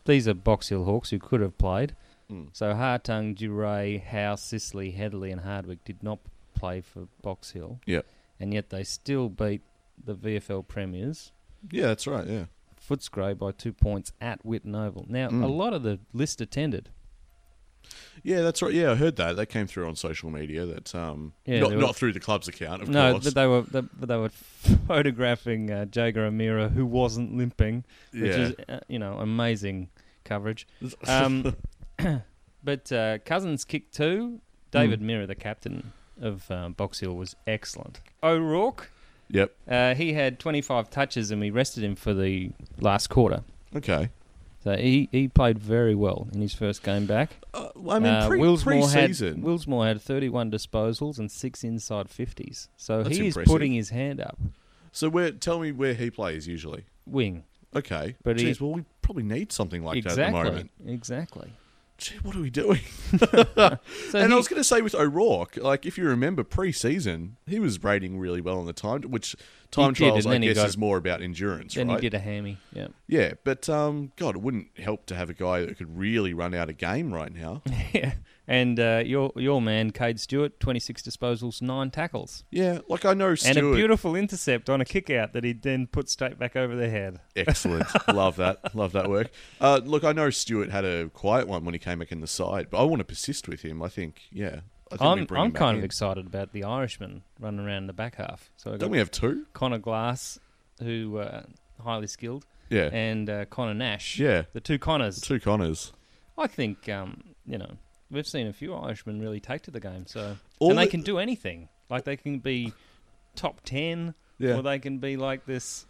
Speaker 2: these are Box Hill Hawks who could have played.
Speaker 1: mm.
Speaker 2: So Hartung, Duray, Howe, Sicily, Heatherly, and Hardwick did not play for Box Hill.
Speaker 1: Yep.
Speaker 2: And yet they still beat the VFL premiers.
Speaker 1: Yeah, that's right. Yeah,
Speaker 2: Footscray by two points at Witten Oval. Now,
Speaker 1: Mm.
Speaker 2: a lot of the list attended.
Speaker 1: yeah, that's right. Yeah, I heard that. That came through on social media. That um,
Speaker 2: Yeah,
Speaker 1: not
Speaker 2: there were-
Speaker 1: not through the club's account, of
Speaker 2: no,
Speaker 1: course.
Speaker 2: but they were they, but they were photographing uh, Jager Amira who wasn't limping, which
Speaker 1: yeah,
Speaker 2: is uh, you know amazing coverage. Um, but uh, Cousins kicked two. David
Speaker 1: Mm.
Speaker 2: Mira, the captain of uh, Box Hill, was excellent. O'Rourke,
Speaker 1: yep.
Speaker 2: uh, he had 25 touches and we rested him for the last quarter.
Speaker 1: Okay.
Speaker 2: So he, he played very well in his first game back.
Speaker 1: Uh, I mean,
Speaker 2: Uh,
Speaker 1: pre,
Speaker 2: Willsmore had-
Speaker 1: pre-season.
Speaker 2: Willsmore had 31 disposals and six inside 50s. So
Speaker 1: That's
Speaker 2: he
Speaker 1: impressive.
Speaker 2: is putting his hand up.
Speaker 1: So where tell me where he plays usually.
Speaker 2: Wing.
Speaker 1: Okay.
Speaker 2: But
Speaker 1: Jeez,
Speaker 2: he-
Speaker 1: well we probably need something like that at the
Speaker 2: exactly.
Speaker 1: moment.
Speaker 2: Exactly.
Speaker 1: Gee, what are we doing?
Speaker 2: So
Speaker 1: and
Speaker 2: he-
Speaker 1: I was going to say with O'Rourke, like if you remember pre-season, he was rating really well on the time, which time
Speaker 2: did,
Speaker 1: trials
Speaker 2: and
Speaker 1: I
Speaker 2: then he
Speaker 1: guess
Speaker 2: got-
Speaker 1: is more about endurance,
Speaker 2: then
Speaker 1: right?
Speaker 2: he did a hammy. Yeah.
Speaker 1: Yeah, but um, God, it wouldn't help to have a guy that could really run out a game right now.
Speaker 2: yeah. And uh, your your man, Cade Stewart, 26 disposals, nine tackles.
Speaker 1: Yeah, like I know Stewart.
Speaker 2: And a beautiful intercept on a kick out that he then put straight back over the head.
Speaker 1: Excellent. Love that. Love that work. Uh, look, I know Stewart had a quiet one when he came back in the side, but I want to persist with him. I think, yeah. I think we
Speaker 2: I'm,
Speaker 1: bring him
Speaker 2: I'm
Speaker 1: back
Speaker 2: kind of
Speaker 1: in.
Speaker 2: excited about the Irishman running around the back half. So I
Speaker 1: Don't
Speaker 2: got
Speaker 1: we have two?
Speaker 2: Connor Glass, who uh, highly skilled,
Speaker 1: Yeah.
Speaker 2: and uh, Connor Nash.
Speaker 1: yeah.
Speaker 2: The two Connors.
Speaker 1: Two Connors.
Speaker 2: I think um, you know we've seen a few Irishmen really take to the game, so
Speaker 1: All
Speaker 2: and they
Speaker 1: the-
Speaker 2: can do anything. Like they can be top ten,
Speaker 1: Yeah.
Speaker 2: or they can be like this,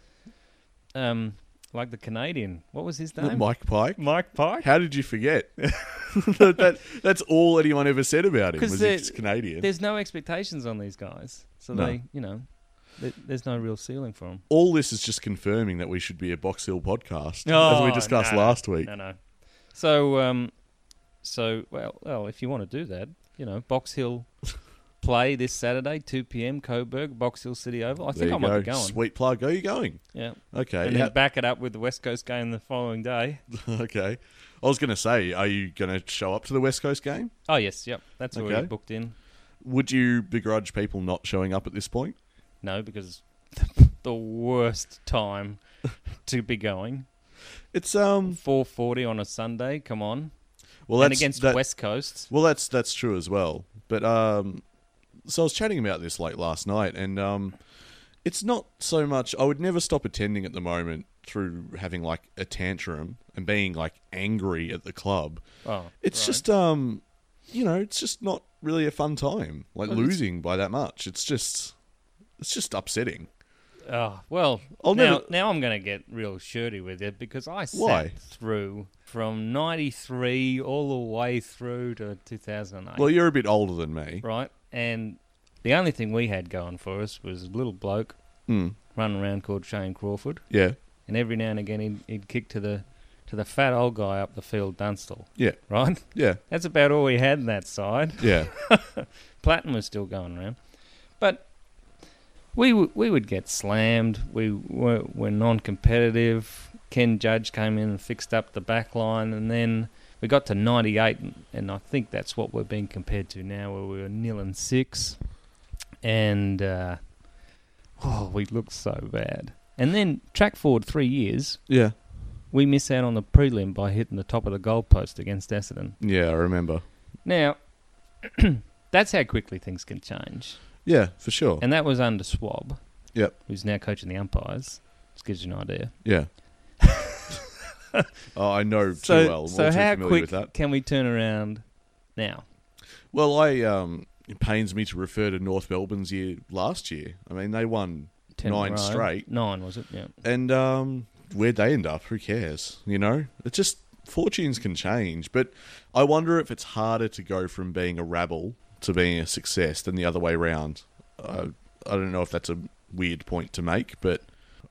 Speaker 2: um, like the Canadian. What was his name?
Speaker 1: Mike Pike.
Speaker 2: Mike Pike.
Speaker 1: How did you forget? that, that- that's all anyone ever said about him
Speaker 2: 'Cause
Speaker 1: was
Speaker 2: they're-
Speaker 1: he's Canadian.
Speaker 2: There's no expectations on these guys, so
Speaker 1: No.
Speaker 2: they, you know, th there's no real ceiling for them.
Speaker 1: All this is just confirming that we should be a Box Hill podcast, as we discussed last week.
Speaker 2: Oh, No, no. So, um, so well, well, if you want to do that, you know, Box Hill play this Saturday, two p.m. Coburg, Box Hill City Oval. I
Speaker 1: There
Speaker 2: think I
Speaker 1: you
Speaker 2: might
Speaker 1: go.
Speaker 2: be going.
Speaker 1: Sweet plug. Are you going?
Speaker 2: Yeah,
Speaker 1: Okay.
Speaker 2: and
Speaker 1: yeah.
Speaker 2: then back it up with the West Coast game the following day.
Speaker 1: okay. I was going to say, are you going to show up to the West Coast game?
Speaker 2: Oh yes, yep, that's already
Speaker 1: Okay.
Speaker 2: booked in.
Speaker 1: Would you begrudge people not showing up at this point?
Speaker 2: No, because the worst time to be going
Speaker 1: It's um.
Speaker 2: four forty on a Sunday. Come on,
Speaker 1: Well, that's
Speaker 2: and against
Speaker 1: that-
Speaker 2: West Coast.
Speaker 1: Well, that's that's true as well. But um, so I was chatting about this like last night, and um, it's not so much. I would never stop attending at the moment through having like a tantrum and being like angry at the club.
Speaker 2: Oh,
Speaker 1: It's
Speaker 2: right.
Speaker 1: just um, you know, it's just not really a fun time. Like
Speaker 2: Well, it's-
Speaker 1: losing by that much, it's just it's just upsetting.
Speaker 2: Oh, well,
Speaker 1: I'll
Speaker 2: now,
Speaker 1: never-
Speaker 2: now I'm going to get real shirty with it because I sat
Speaker 1: Why?
Speaker 2: through from 93 all the way through to 2008,
Speaker 1: Well, you're a bit older than me.
Speaker 2: right? And the only thing we had going for us was a little bloke
Speaker 1: Hmm.
Speaker 2: running around called Shane Crawford.
Speaker 1: Yeah,
Speaker 2: And every now and again he'd, he'd kick to the to the fat old guy up the field, Dunstall,
Speaker 1: yeah,
Speaker 2: right?
Speaker 1: yeah,
Speaker 2: That's about all we had in that side.
Speaker 1: yeah.
Speaker 2: Platin was still going around, but we w- we would get slammed. We were, were non-competitive. Ken Judge came in and fixed up the back line, and then we got to 98, and- and I think that's what we're being compared to now, where we were nil and six, and uh, oh, we looked so bad. And then track forward three years,
Speaker 1: yeah,
Speaker 2: we miss out on the prelim by hitting the top of the goalpost against Essendon.
Speaker 1: yeah. I remember.
Speaker 2: Now, that's how quickly things can change.
Speaker 1: Yeah, for sure.
Speaker 2: And that was under Swab.
Speaker 1: Yep.
Speaker 2: Who's now coaching the umpires. Just gives you an idea.
Speaker 1: Yeah. oh, I know too
Speaker 2: so,
Speaker 1: well. I'm
Speaker 2: so
Speaker 1: all too
Speaker 2: how
Speaker 1: familiar
Speaker 2: quick
Speaker 1: with that.
Speaker 2: can we turn around now?
Speaker 1: Well, I um, it pains me to refer to North Melbourne's year last year. I mean, they won,
Speaker 2: Ten in a
Speaker 1: Nine
Speaker 2: row.
Speaker 1: straight.
Speaker 2: Nine was it? Yeah.
Speaker 1: and um, where'd they end up? Who cares? You know, it just fortunes can change. But I wonder if it's harder to go from being a rabble to being a success than the other way round. Uh, I don't know if that's a weird point to make, but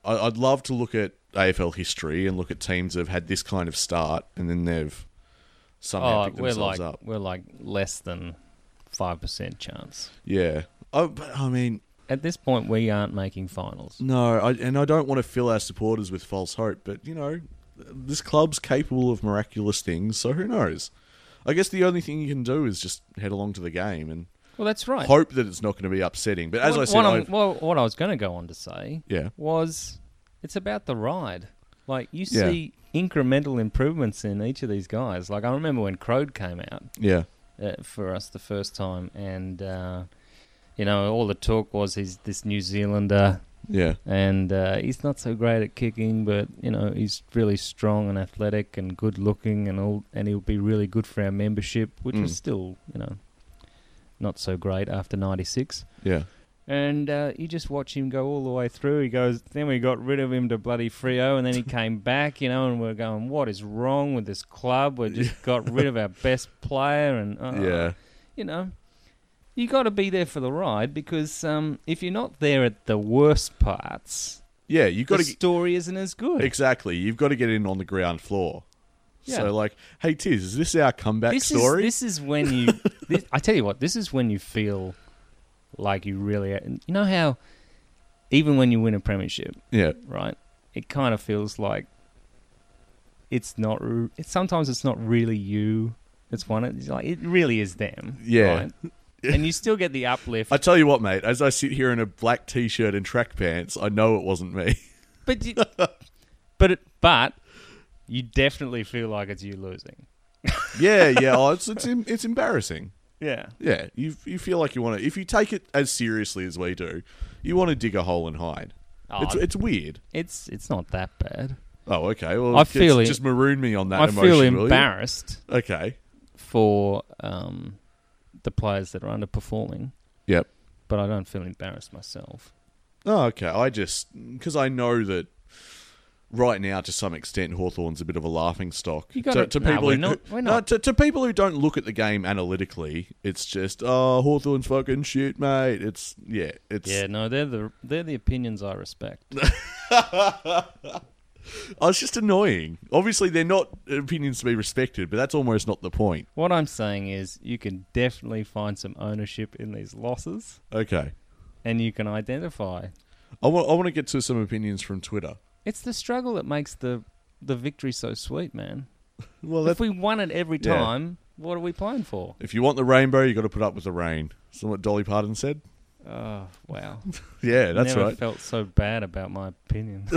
Speaker 1: I, I'd love to look at AFL history and look at teams that have had this kind of start and then they've somehow
Speaker 2: oh,
Speaker 1: picked
Speaker 2: we're
Speaker 1: themselves
Speaker 2: like
Speaker 1: up.
Speaker 2: we're like less than five percent chance.
Speaker 1: Yeah. Oh, but I mean,
Speaker 2: At this point, we aren't making finals.
Speaker 1: No, I, and I don't want to fill our supporters with false hope, but you know, this club's capable of miraculous things, so who knows? I guess the only thing you can do is just head along to the game and
Speaker 2: Well, that's right.
Speaker 1: hope that it's not going to be upsetting. But as
Speaker 2: what,
Speaker 1: I said,
Speaker 2: what I'm-
Speaker 1: I've-
Speaker 2: well, what I was going to go on to say
Speaker 1: yeah,
Speaker 2: was it's about the ride. Like you
Speaker 1: Yeah.
Speaker 2: see incremental improvements in each of these guys. Like I remember when Crode came out
Speaker 1: yeah,
Speaker 2: uh, for us the first time, and uh, you know all the talk was he's this New Zealander,
Speaker 1: yeah,
Speaker 2: and uh, he's not so great at kicking, but you know he's really strong and athletic and good looking, and all, and he'll be really good for our membership, which
Speaker 1: Mm.
Speaker 2: was still you know not so great after '96.
Speaker 1: yeah,
Speaker 2: And uh, you just watch him go all the way through. He goes, then we got rid of him to bloody Frio, and then he came back, you know, and we're going, what is wrong with this club? We just got rid of our best player, and uh,
Speaker 1: yeah,
Speaker 2: you know, you got to be there for the ride because um, if you're not there at the worst parts,
Speaker 1: yeah. You've got
Speaker 2: the
Speaker 1: to get,
Speaker 2: story isn't as good.
Speaker 1: exactly. You've got to get in on the ground floor.
Speaker 2: Yeah.
Speaker 1: So, like, hey, Tiz, is this our comeback
Speaker 2: this
Speaker 1: story?
Speaker 2: Is, this is when you. this, I tell you what, this is when you feel like you really. You know how, even when you win a premiership.
Speaker 1: yeah,
Speaker 2: right? It kind of feels like it's not. r- It's sometimes it's not really you. It's one. It's like it really is them.
Speaker 1: Yeah.
Speaker 2: right? and you still get the uplift.
Speaker 1: I tell you what, mate. As I sit here in a black t-shirt and track pants, I know it wasn't me.
Speaker 2: But you, but it, but you definitely feel like it's you losing.
Speaker 1: yeah, yeah. Oh, it's it's em- it's embarrassing.
Speaker 2: Yeah.
Speaker 1: Yeah, you you feel like you want to. If you take it as seriously as we do, you want to dig a hole and hide.
Speaker 2: Oh,
Speaker 1: it's it's weird.
Speaker 2: It's it's not that bad.
Speaker 1: Oh, okay. Well,
Speaker 2: I
Speaker 1: just-
Speaker 2: feel it-
Speaker 1: just maroon me on that.
Speaker 2: I
Speaker 1: emotion,
Speaker 2: feel
Speaker 1: will you?
Speaker 2: embarrassed
Speaker 1: Okay.
Speaker 2: for um, the players that are underperforming,
Speaker 1: Yep.
Speaker 2: but I don't feel embarrassed myself.
Speaker 1: Oh, okay. I just because I know that right now, to some extent, Hawthorn's a bit of a laughing stock
Speaker 2: You gotta-
Speaker 1: to, to
Speaker 2: no,
Speaker 1: people.
Speaker 2: we're
Speaker 1: who,
Speaker 2: not- we're
Speaker 1: No,
Speaker 2: not.
Speaker 1: to, to people who don't look at the game analytically. It's just oh, Hawthorn's fucking shit, mate. It's yeah, it's
Speaker 2: Yeah, no, they're the they're the opinions I respect.
Speaker 1: Oh, it's just annoying. Obviously, they're not opinions to be respected, but that's almost not the point.
Speaker 2: What I'm saying is, you can definitely find some ownership in these losses,
Speaker 1: Okay.
Speaker 2: and you can identify.
Speaker 1: I want, I want to get to some opinions from Twitter.
Speaker 2: It's the struggle that makes the the victory so sweet, man.
Speaker 1: Well,
Speaker 2: if
Speaker 1: if,
Speaker 2: we won it every
Speaker 1: Yeah.
Speaker 2: time, what are we playing for?
Speaker 1: if you want the rainbow, you got to put up with the rain. Is that what Dolly Parton said?
Speaker 2: Oh wow!
Speaker 1: Yeah, that's
Speaker 2: Never
Speaker 1: right.
Speaker 2: Felt so bad about my opinion.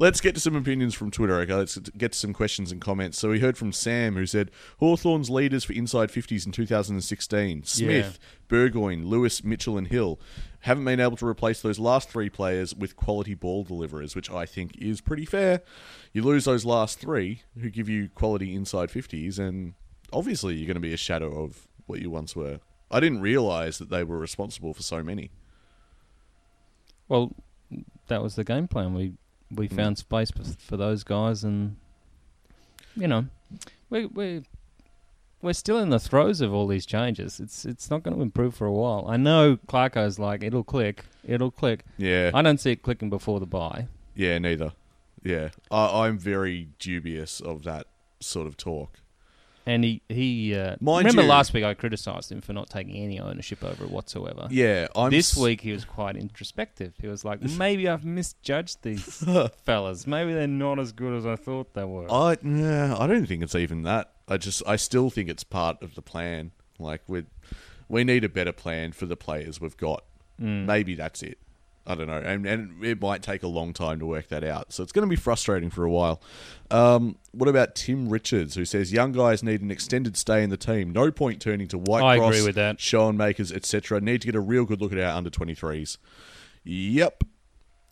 Speaker 1: Let's get to some opinions from Twitter, okay? Let's get to some questions and comments. So we heard from Sam, who said Hawthorn's leaders for Inside 50s in 2016 Smith, Burgoyne, Lewis, Mitchell, and Hill haven't been able to replace those last three players with quality ball deliverers, which I think is pretty fair. You lose those last three who give you quality inside 50s, and obviously you're going to be a shadow of what you once were. I didn't realize that they were responsible for so many.
Speaker 2: well, that was the game plan. We we
Speaker 1: Mm.
Speaker 2: found space for, for those guys, and you know, we we we're still in the throes of all these changes. It's it's not going to improve for a while. I know Clarko's like it'll click, it'll click.
Speaker 1: Yeah.
Speaker 2: I don't see it clicking before the buy.
Speaker 1: Yeah, neither. Yeah, I, I'm very dubious of that sort of talk.
Speaker 2: And he he uh,
Speaker 1: Mind
Speaker 2: remember
Speaker 1: you-
Speaker 2: last week I criticised him for not taking any ownership over it whatsoever.
Speaker 1: Yeah, I'm
Speaker 2: Uh, this
Speaker 1: s-
Speaker 2: week he was quite introspective. He was like, maybe I've misjudged these fellas. Maybe they're not as good as I thought they were.
Speaker 1: I nah, I don't think it's even that. I just I still think it's part of the plan. Like we we need a better plan for the players we've got.
Speaker 2: Mm.
Speaker 1: Maybe that's it. I don't know, and and it might take a long time to work that out. So it's going to be frustrating for a while. Um, what about Tim Richards, who says young guys need an extended stay in the team. No point turning to White
Speaker 2: I
Speaker 1: Cross,
Speaker 2: agree with that.
Speaker 1: Sean Makers, etc. Need to get a real good look at our under twenty threes. Yep,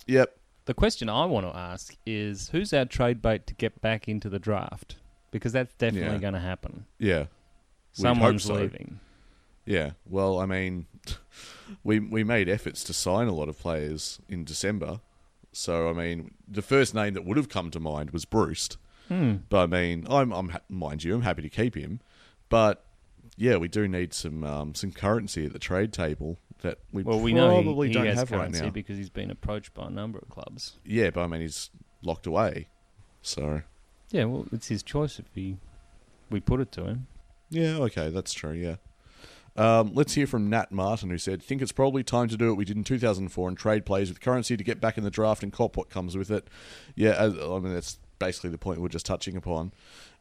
Speaker 1: yep.
Speaker 2: The question I want to ask is, who's our trade bait to get back into the draft? Because that's definitely
Speaker 1: Yeah.
Speaker 2: going to happen.
Speaker 1: Yeah. We'd hope
Speaker 2: Someone's
Speaker 1: so.
Speaker 2: leaving.
Speaker 1: Yeah. Well, I mean, we we made efforts to sign a lot of players in December. So I mean, the first name that would have come to mind was Bruce.
Speaker 2: Hmm.
Speaker 1: But I mean, I'm I'm ha- mind you, I'm happy to keep him, but yeah, we do need some um, some currency at the trade table that we
Speaker 2: Well, we know he,
Speaker 1: probably
Speaker 2: he
Speaker 1: don't
Speaker 2: has
Speaker 1: have right
Speaker 2: currency
Speaker 1: now.
Speaker 2: because he's been approached by a number of clubs.
Speaker 1: Yeah, but I mean, he's locked away. So
Speaker 2: Yeah, well, it's his choice if he, we put it to him.
Speaker 1: Yeah, okay, that's true, yeah. Um, let's hear from Nat Martin, who said, Think it's probably time to do what we did in 2004 and trade plays with currency to get back in the draft and cop what comes with it. Yeah, as, I mean, that's basically the point we we're just touching upon.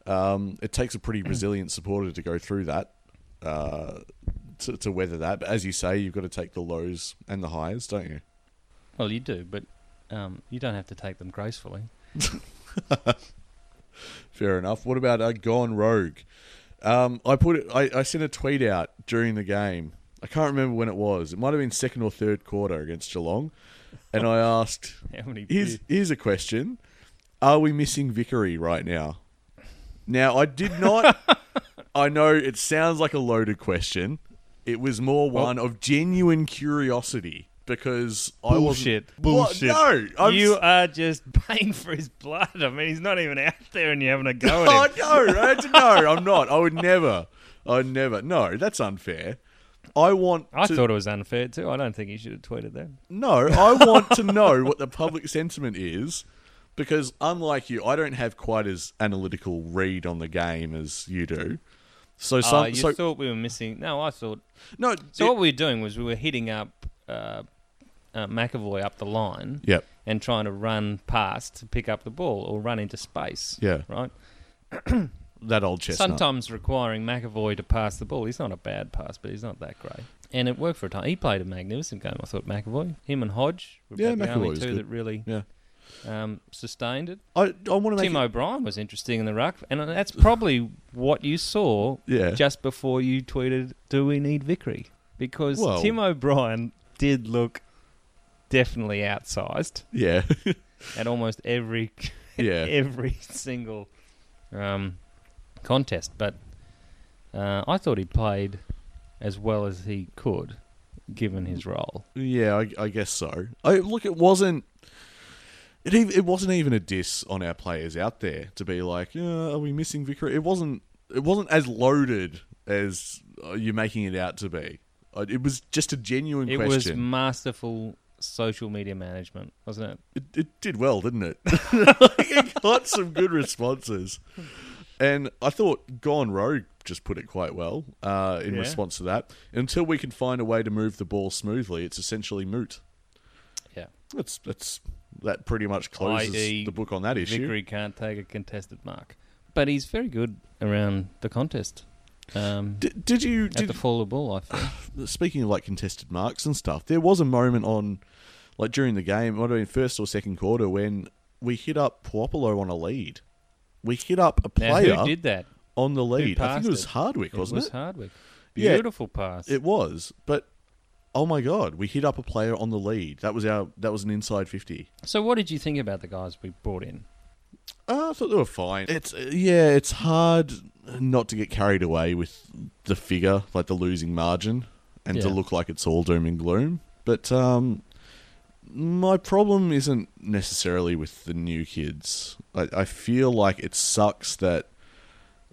Speaker 1: Um, it takes a pretty resilient supporter to go through that, uh, to, to weather that. But as you say, you've got to take the lows and the highs, don't you?
Speaker 2: Well, you do, but um, you don't have to take them gracefully.
Speaker 1: Fair enough. What about uh, Gone Rogue? Um, I put it, I, I sent a tweet out during the game. I can't remember when it was. It might have been second or third quarter against Geelong, and I asked,
Speaker 2: How many?
Speaker 1: "Here's here's a question: Are we missing Vickery right now?" Now I did not. I know it sounds like a loaded question. It was more one of genuine curiosity because I wasn't.
Speaker 2: Bullshit. Bullshit.
Speaker 1: What? No, I'm
Speaker 2: you are just paying for his blood. I mean, he's not even out there, and you're having a go
Speaker 1: Oh
Speaker 2: at him.
Speaker 1: no, that's- no, I'm not. I would never. I would never. No, that's unfair. I want.
Speaker 2: I
Speaker 1: to,
Speaker 2: thought it was unfair too. I don't think he should have tweeted that.
Speaker 1: no, I want to know what the public sentiment is, because unlike you, I don't have quite as analytical read on the game as you do. So some.
Speaker 2: Uh, you
Speaker 1: so
Speaker 2: thought we were missing? No, I thought.
Speaker 1: no.
Speaker 2: So
Speaker 1: it-
Speaker 2: what we were doing was we were hitting up uh, uh, McAvoy up the line
Speaker 1: yep.
Speaker 2: and trying to run past to pick up the ball or run into space.
Speaker 1: Yeah.
Speaker 2: Right.
Speaker 1: That old chestnut.
Speaker 2: Sometimes requiring McAvoy to pass the ball. He's not a bad pass, but he's not that great. And it worked for a time. He played a magnificent game, I thought, McAvoy. Him and Hodge were
Speaker 1: Yeah,
Speaker 2: about the
Speaker 1: McAvoy
Speaker 2: only
Speaker 1: was
Speaker 2: two
Speaker 1: good.
Speaker 2: that really
Speaker 1: Yeah.
Speaker 2: um, sustained it.
Speaker 1: I. I want to make.
Speaker 2: Tim O'Brien was interesting in the ruck, and that's probably what you saw
Speaker 1: Yeah.
Speaker 2: just before you tweeted, "Do we need Vickery?" Because
Speaker 1: Well-
Speaker 2: Tim O'Brien did look definitely outsized
Speaker 1: yeah.
Speaker 2: at almost every
Speaker 1: yeah.
Speaker 2: every single um, contest. But uh, I thought he played as well as he could, given his role.
Speaker 1: Yeah. I, I guess so. I look. It wasn't. It, ev- it wasn't even a diss on our players out there to be like, yeah, are we missing Vickery? It wasn't. It wasn't as loaded as uh, you're making it out to be. Uh, It was just a genuine
Speaker 2: It was
Speaker 1: question.
Speaker 2: masterful social media management, wasn't it?
Speaker 1: it, it did well, didn't it? Like, it got some good responses, and I thought Gone Rogue just put it quite well uh, in
Speaker 2: Yeah.
Speaker 1: response to that. Until we can find a way to move the ball smoothly, it's essentially moot.
Speaker 2: Yeah.
Speaker 1: That's that's that pretty much closes
Speaker 2: i.e.,
Speaker 1: the book on that issue.
Speaker 2: Vickery can't take a contested mark. But he's very good around the contest. um,
Speaker 1: D- did you?
Speaker 2: at
Speaker 1: Did,
Speaker 2: the Fuller Bull. I feel.
Speaker 1: speaking of like contested marks and stuff, there was a moment on, like during the game, might have been first or second quarter, when we hit up Puopolo on a lead. We hit up a
Speaker 2: Now,
Speaker 1: player
Speaker 2: who did that?
Speaker 1: on the lead. I think
Speaker 2: passed
Speaker 1: it was
Speaker 2: it?
Speaker 1: Hardwick, wasn't
Speaker 2: it was
Speaker 1: it?
Speaker 2: Hardwick.
Speaker 1: Yeah.
Speaker 2: Beautiful pass.
Speaker 1: It was, but oh my god, we hit up a player on the lead. That was our that was an inside fifty.
Speaker 2: so, what did you think about the guys we brought in?
Speaker 1: Uh, I thought they were fine. It's uh, yeah, it's hard not to get carried away with the figure, like the losing margin, and to
Speaker 2: Yeah.
Speaker 1: look like it's all doom and gloom. But um, my problem isn't necessarily with the new kids. I, I feel like it sucks that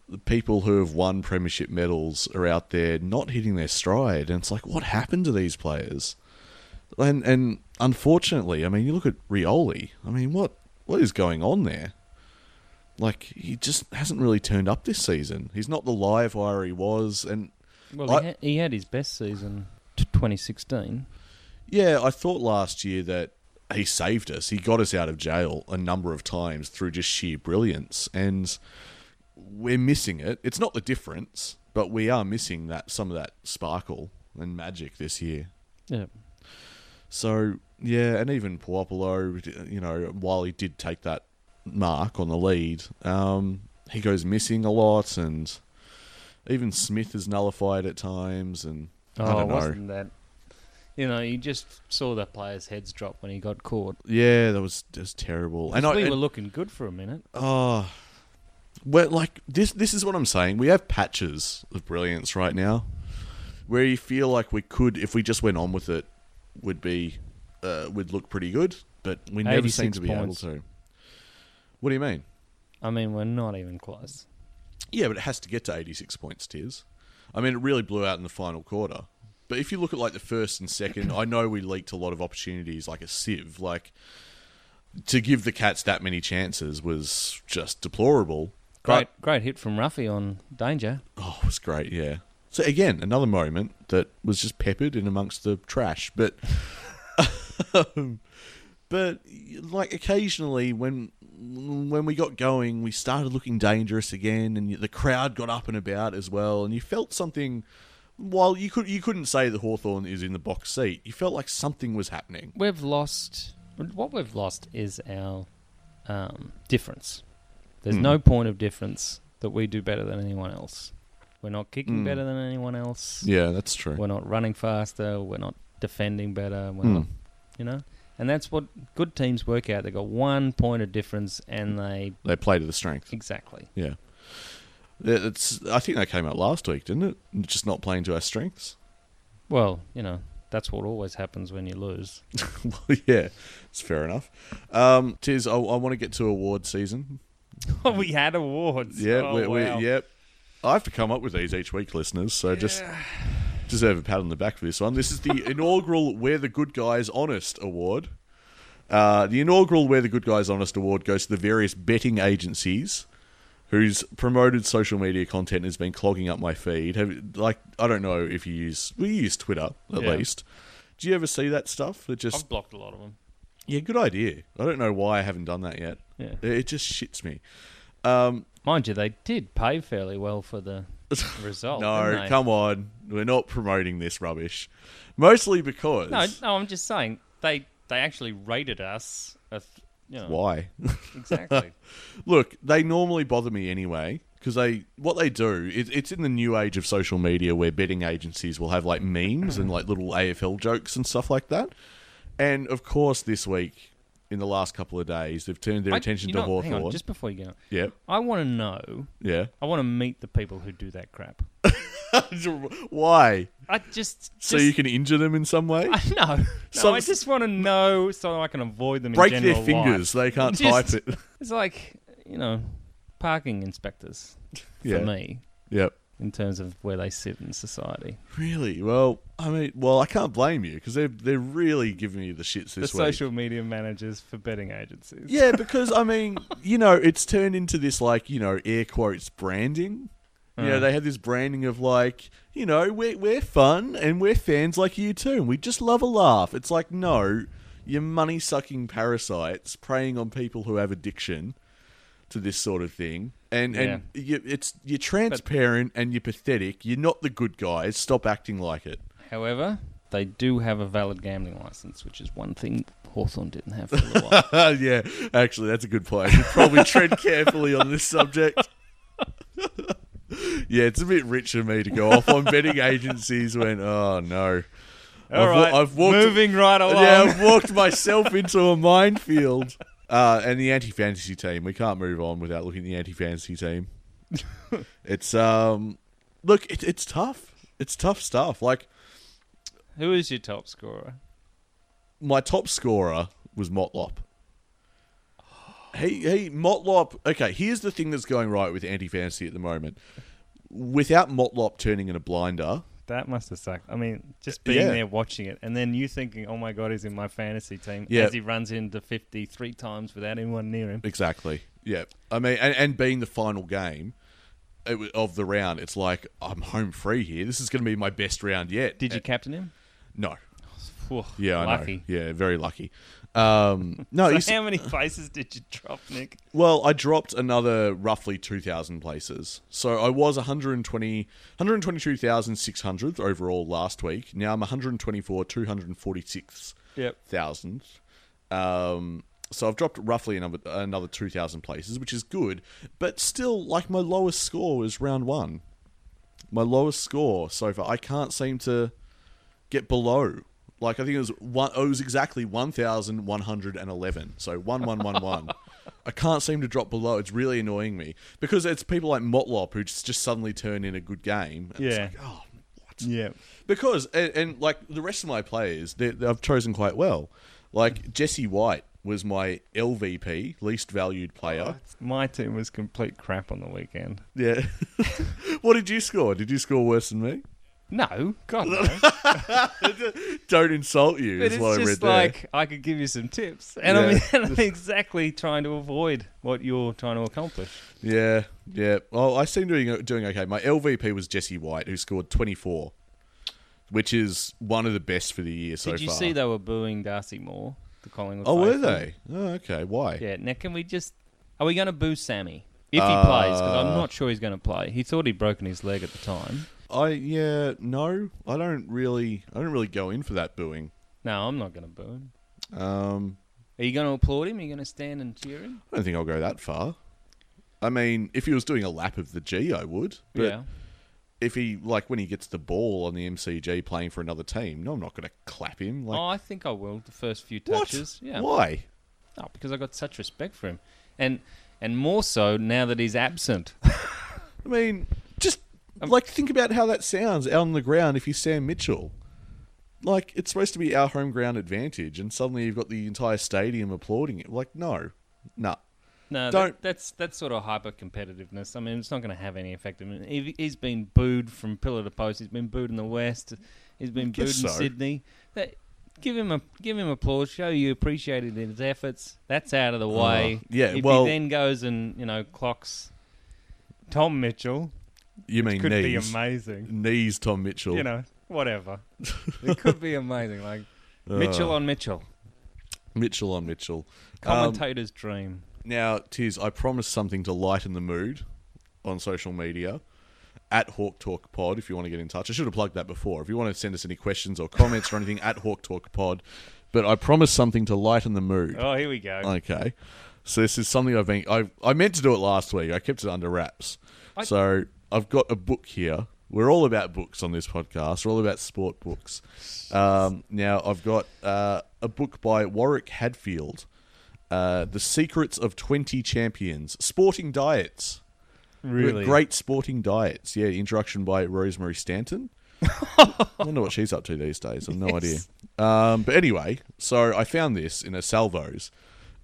Speaker 1: the people who have won premiership medals are out there not hitting their stride, and it's like, what happened to these players? And and unfortunately, I mean, you look at Rioli. I mean, what what is going on there? Like he just hasn't really turned up this season. He's not the live wire he was, and
Speaker 2: Well,
Speaker 1: I-
Speaker 2: he, had, he had his best season to 2016.
Speaker 1: Yeah, I thought last year that he saved us. He got us out of jail a number of times through just sheer brilliance, and we're missing it. It's not the difference, but we are missing that some of that sparkle and magic this year.
Speaker 2: Yeah.
Speaker 1: So yeah, and even Puopolo, you know, while he did take that mark on the lead, um, he goes missing a lot, and even Smith is nullified at times, and
Speaker 2: Oh,
Speaker 1: I don't know.
Speaker 2: wasn't that? You know, you just saw the player's heads drop when he got caught.
Speaker 1: Yeah, that was just terrible. And I,
Speaker 2: we
Speaker 1: and-
Speaker 2: were looking good for a minute.
Speaker 1: Oh, well, like this. This is what I'm saying. We have patches of brilliance right now, where you feel like we could, if we just went on with it, would be, uh, would look pretty good. But we never seem
Speaker 2: 86
Speaker 1: to be
Speaker 2: points.
Speaker 1: able to. What do you mean?
Speaker 2: I mean, we're not even close.
Speaker 1: Yeah, but it has to get to 86 points, Tiz. I mean, it really blew out in the final quarter. But if you look at like the first and second, I know we leaked a lot of opportunities like a sieve. Like to give the Cats that many chances was just deplorable.
Speaker 2: Great,
Speaker 1: But-
Speaker 2: great hit from Ruffy on danger.
Speaker 1: Oh, it was great, yeah. So again, another moment that was just peppered in amongst the trash, but um, but like occasionally when when we got going, we started looking dangerous again, and the crowd got up and about as well, and you felt something. While you could you couldn't say that Hawthorn is in the box seat, you felt like something was happening.
Speaker 2: We've lost. What we've lost is our um, difference. There's
Speaker 1: Hmm.
Speaker 2: no point of difference that we do better than anyone else. We're not kicking
Speaker 1: Hmm.
Speaker 2: better than anyone else.
Speaker 1: Yeah, that's true.
Speaker 2: We're not running faster. We're not defending better. We're
Speaker 1: Hmm.
Speaker 2: not, you know. And that's what good teams work out. They got one point of difference, and they
Speaker 1: They play to the strength.
Speaker 2: exactly.
Speaker 1: Yeah, It- it's. I think that came out last week, didn't it? Just not playing to our strengths.
Speaker 2: Well, you know, that's what always happens when you lose.
Speaker 1: well, yeah, it's fair enough. Um, Tiz, I, I want to get to award season.
Speaker 2: we had awards.
Speaker 1: Yeah,
Speaker 2: Oh,
Speaker 1: we we
Speaker 2: wow.
Speaker 1: yep. I have to come up with these each week, listeners. So just deserve a pat on the back for this one. This is the inaugural "We're the Good Guys Honest" award. Uh, the inaugural "We're the Good Guys Honest" award goes to the various betting agencies whose promoted social media content has been clogging up my feed. Have like I don't know if you use we use Twitter at
Speaker 2: Yeah.
Speaker 1: least. Do you ever see that stuff that just
Speaker 2: I've blocked a lot of them.
Speaker 1: Yeah, good idea. I don't know why I haven't done that yet.
Speaker 2: Yeah.
Speaker 1: It it just shits me.
Speaker 2: Mind you, they did pay fairly well for the result. didn't
Speaker 1: no,
Speaker 2: they?
Speaker 1: come on. We're not promoting this rubbish. Mostly because.
Speaker 2: No, no, I'm just saying they they actually rated us. A th- you know,
Speaker 1: Why?
Speaker 2: Exactly.
Speaker 1: Look, they normally bother me anyway because they what they do. It, it's in the new age of social media where betting agencies will have like memes and like little AFL jokes and stuff like that. And of course, this week, in the last couple of days, they've turned their
Speaker 2: I-
Speaker 1: attention
Speaker 2: you
Speaker 1: to
Speaker 2: know,
Speaker 1: Hawthorn.
Speaker 2: Hang on, just before you go,
Speaker 1: yeah,
Speaker 2: I want to know.
Speaker 1: yeah.
Speaker 2: I want to meet the people who do that crap.
Speaker 1: Why?
Speaker 2: I just,
Speaker 1: So
Speaker 2: just-
Speaker 1: you can injure them in some way?
Speaker 2: I know. No,
Speaker 1: Some-
Speaker 2: I just want to know so I can avoid them.
Speaker 1: break
Speaker 2: in
Speaker 1: their
Speaker 2: general life.
Speaker 1: fingers. They can't
Speaker 2: Just-
Speaker 1: type it.
Speaker 2: It's like you know, parking inspectors for
Speaker 1: Yeah.
Speaker 2: me
Speaker 1: yep.
Speaker 2: in terms of where they sit in society.
Speaker 1: Really? Well, I mean, well, I can't blame you because they're they're really giving you the shits
Speaker 2: The
Speaker 1: this week.
Speaker 2: social media managers for betting agencies.
Speaker 1: Yeah, because I mean, you know, it's turned into this like you know air quotes branding. You know,
Speaker 2: Uh.
Speaker 1: they have this branding of like, you know, we're we're fun and we're fans like you too, and we just love a laugh. It's like, no, you're money sucking parasites preying on people who have addiction. to this sort of thing. And and you, it's you're
Speaker 2: But-
Speaker 1: transparent and you're pathetic. You're not the good guys. Stop acting like it.
Speaker 2: However, they do have a valid gambling license, which is one thing Hawthorn didn't have for a little while.
Speaker 1: yeah, actually, that's a good point. Should probably tread carefully on this subject. yeah, it's a bit rich of me to go off on betting agencies when oh no.
Speaker 2: All right, moving right along.
Speaker 1: Yeah, I've walked myself into a minefield. Uh, and the anti fantasy team. We can't move on without looking at the anti fantasy team. it's um, look, it, it's tough. It's tough stuff. Like
Speaker 2: Who is your top scorer?
Speaker 1: my top scorer was Motlop. He he Motlop. Okay, here's the thing that's going right with anti fantasy at the moment. Without Motlop turning in a blinder,
Speaker 2: That must have sucked. I mean, just being
Speaker 1: Uh, Yeah.
Speaker 2: there watching it, and then you thinking, "Oh my god, he's in my fantasy team."
Speaker 1: Yeah.
Speaker 2: As he runs into fifty three times without anyone near him.
Speaker 1: exactly. Yeah, I mean, and, and being the final game it, wa- of the round, it's like I'm home free here. This is going to be my best round yet.
Speaker 2: Did you
Speaker 1: Uh,
Speaker 2: captain him?
Speaker 1: No.
Speaker 2: Phew,
Speaker 1: Yeah, I
Speaker 2: lucky.
Speaker 1: know. Yeah, very lucky. Um, no, you
Speaker 2: So
Speaker 1: see-
Speaker 2: how many places did you drop, Nick?
Speaker 1: Well, I dropped another roughly 2,000 places. So I was 120, 122,600 overall last week. Now I'm 124, 246,000.
Speaker 2: Yep.
Speaker 1: Um, so I've dropped roughly another, another 2,000 places, which is good. But still, like, my lowest score was round one. My lowest score so far. I can't seem to get below. Like, I think it was one, it was exactly 1,111. So 1111. I can't seem to drop below. It's really annoying me because it's people like Motlop who just, just suddenly turn in a good game. And It's
Speaker 2: Yeah.
Speaker 1: like, oh, what?
Speaker 2: Yeah.
Speaker 1: Because and, and like the rest of my players, they, they- I've chosen quite well. Like Jesse White was my LVP, least valued player.
Speaker 2: My team was complete crap on the weekend.
Speaker 1: Yeah. what did you score? Did you score worse than me?
Speaker 2: No, God no.
Speaker 1: Don't insult you.
Speaker 2: But
Speaker 1: Is
Speaker 2: it's
Speaker 1: what I read
Speaker 2: just
Speaker 1: there.
Speaker 2: like I could give you some tips, and I
Speaker 1: Yeah.
Speaker 2: mean, I'm exactly trying to avoid what you're trying to accomplish.
Speaker 1: Yeah, yeah. Well, I seem doing doing okay. My LVP was Jesse White, who scored twenty four, which is one of the best for the year so far.
Speaker 2: Did you see they were booing Darcy Moore, the Collingwood?
Speaker 1: Oh, were
Speaker 2: faithful?
Speaker 1: they? Oh, okay. Why?
Speaker 2: Yeah. Now, can we just? Are we going to boo Sammy if he
Speaker 1: Uh,
Speaker 2: plays? Because I'm not sure he's going to play. He thought he'd broken his leg at the time.
Speaker 1: I yeah no. I don't really. I don't really go in for that booing.
Speaker 2: No, I'm not going to boo him.
Speaker 1: Um,
Speaker 2: Are you going to applaud him? Are you going to stand and cheer him?
Speaker 1: I don't think I'll go that far. I mean, if he was doing a lap of the G, I would. But
Speaker 2: yeah.
Speaker 1: if he like when he gets the ball on the MCG playing for another team, no, I'm not going to clap him. Like
Speaker 2: oh, I think I will. The first few
Speaker 1: what?
Speaker 2: touches. Yeah.
Speaker 1: Why?
Speaker 2: No, because I got such respect for him, and and more so now that he's absent.
Speaker 1: I mean, just
Speaker 2: Um,
Speaker 1: like think about how that sounds out on the ground if you're Sam Mitchell. Like it's supposed to be our home ground advantage, and suddenly you've got the entire stadium applauding it. Like no, no.
Speaker 2: No,
Speaker 1: Don't-
Speaker 2: That, that's that's sort of hyper competitiveness. I mean, it's not going to have any effect. I mean, he, he's been booed from pillar to post. He's been booed in the West. He's been
Speaker 1: guess
Speaker 2: booed in
Speaker 1: so.
Speaker 2: Sydney. That, give him a give him applause. Show you appreciated his efforts. That's out of the way.
Speaker 1: Oh, yeah,
Speaker 2: If
Speaker 1: well-
Speaker 2: he then goes and you know clocks Tom Mitchell,
Speaker 1: You mean
Speaker 2: could be
Speaker 1: knees?
Speaker 2: amazing.
Speaker 1: knees, Tom Mitchell.
Speaker 2: You know, whatever. it could be amazing. Like
Speaker 1: Uh,
Speaker 2: Mitchell on Mitchell,
Speaker 1: um, Mitchell on Mitchell. Um,
Speaker 2: commentator's dream.
Speaker 1: Now, Tiz, I promised something to lighten the mood on social media at Hawk Talk Pod if you want to get in touch. I should have plugged that before. If you want to send us any questions or comments or anything at Hawk Talk Pod, but I promised something to lighten the mood.
Speaker 2: Oh, here we go.
Speaker 1: Okay. So this is something I've been I I meant to do it last week. I kept it under wraps.
Speaker 2: I-
Speaker 1: so I've got a book here. We're all about books on this podcast. We're all about sport books. Um, now I've got uh, a book by Warwick Hadfield, uh, "The Secrets of Twenty Champions: Sporting Diets."
Speaker 2: really
Speaker 1: Great sporting diets. Yeah, introduction by Rosemary Stanton. I wonder what she's up to these days. I've no
Speaker 2: Yes.
Speaker 1: idea. Um, but anyway, so I found this in a Salvos.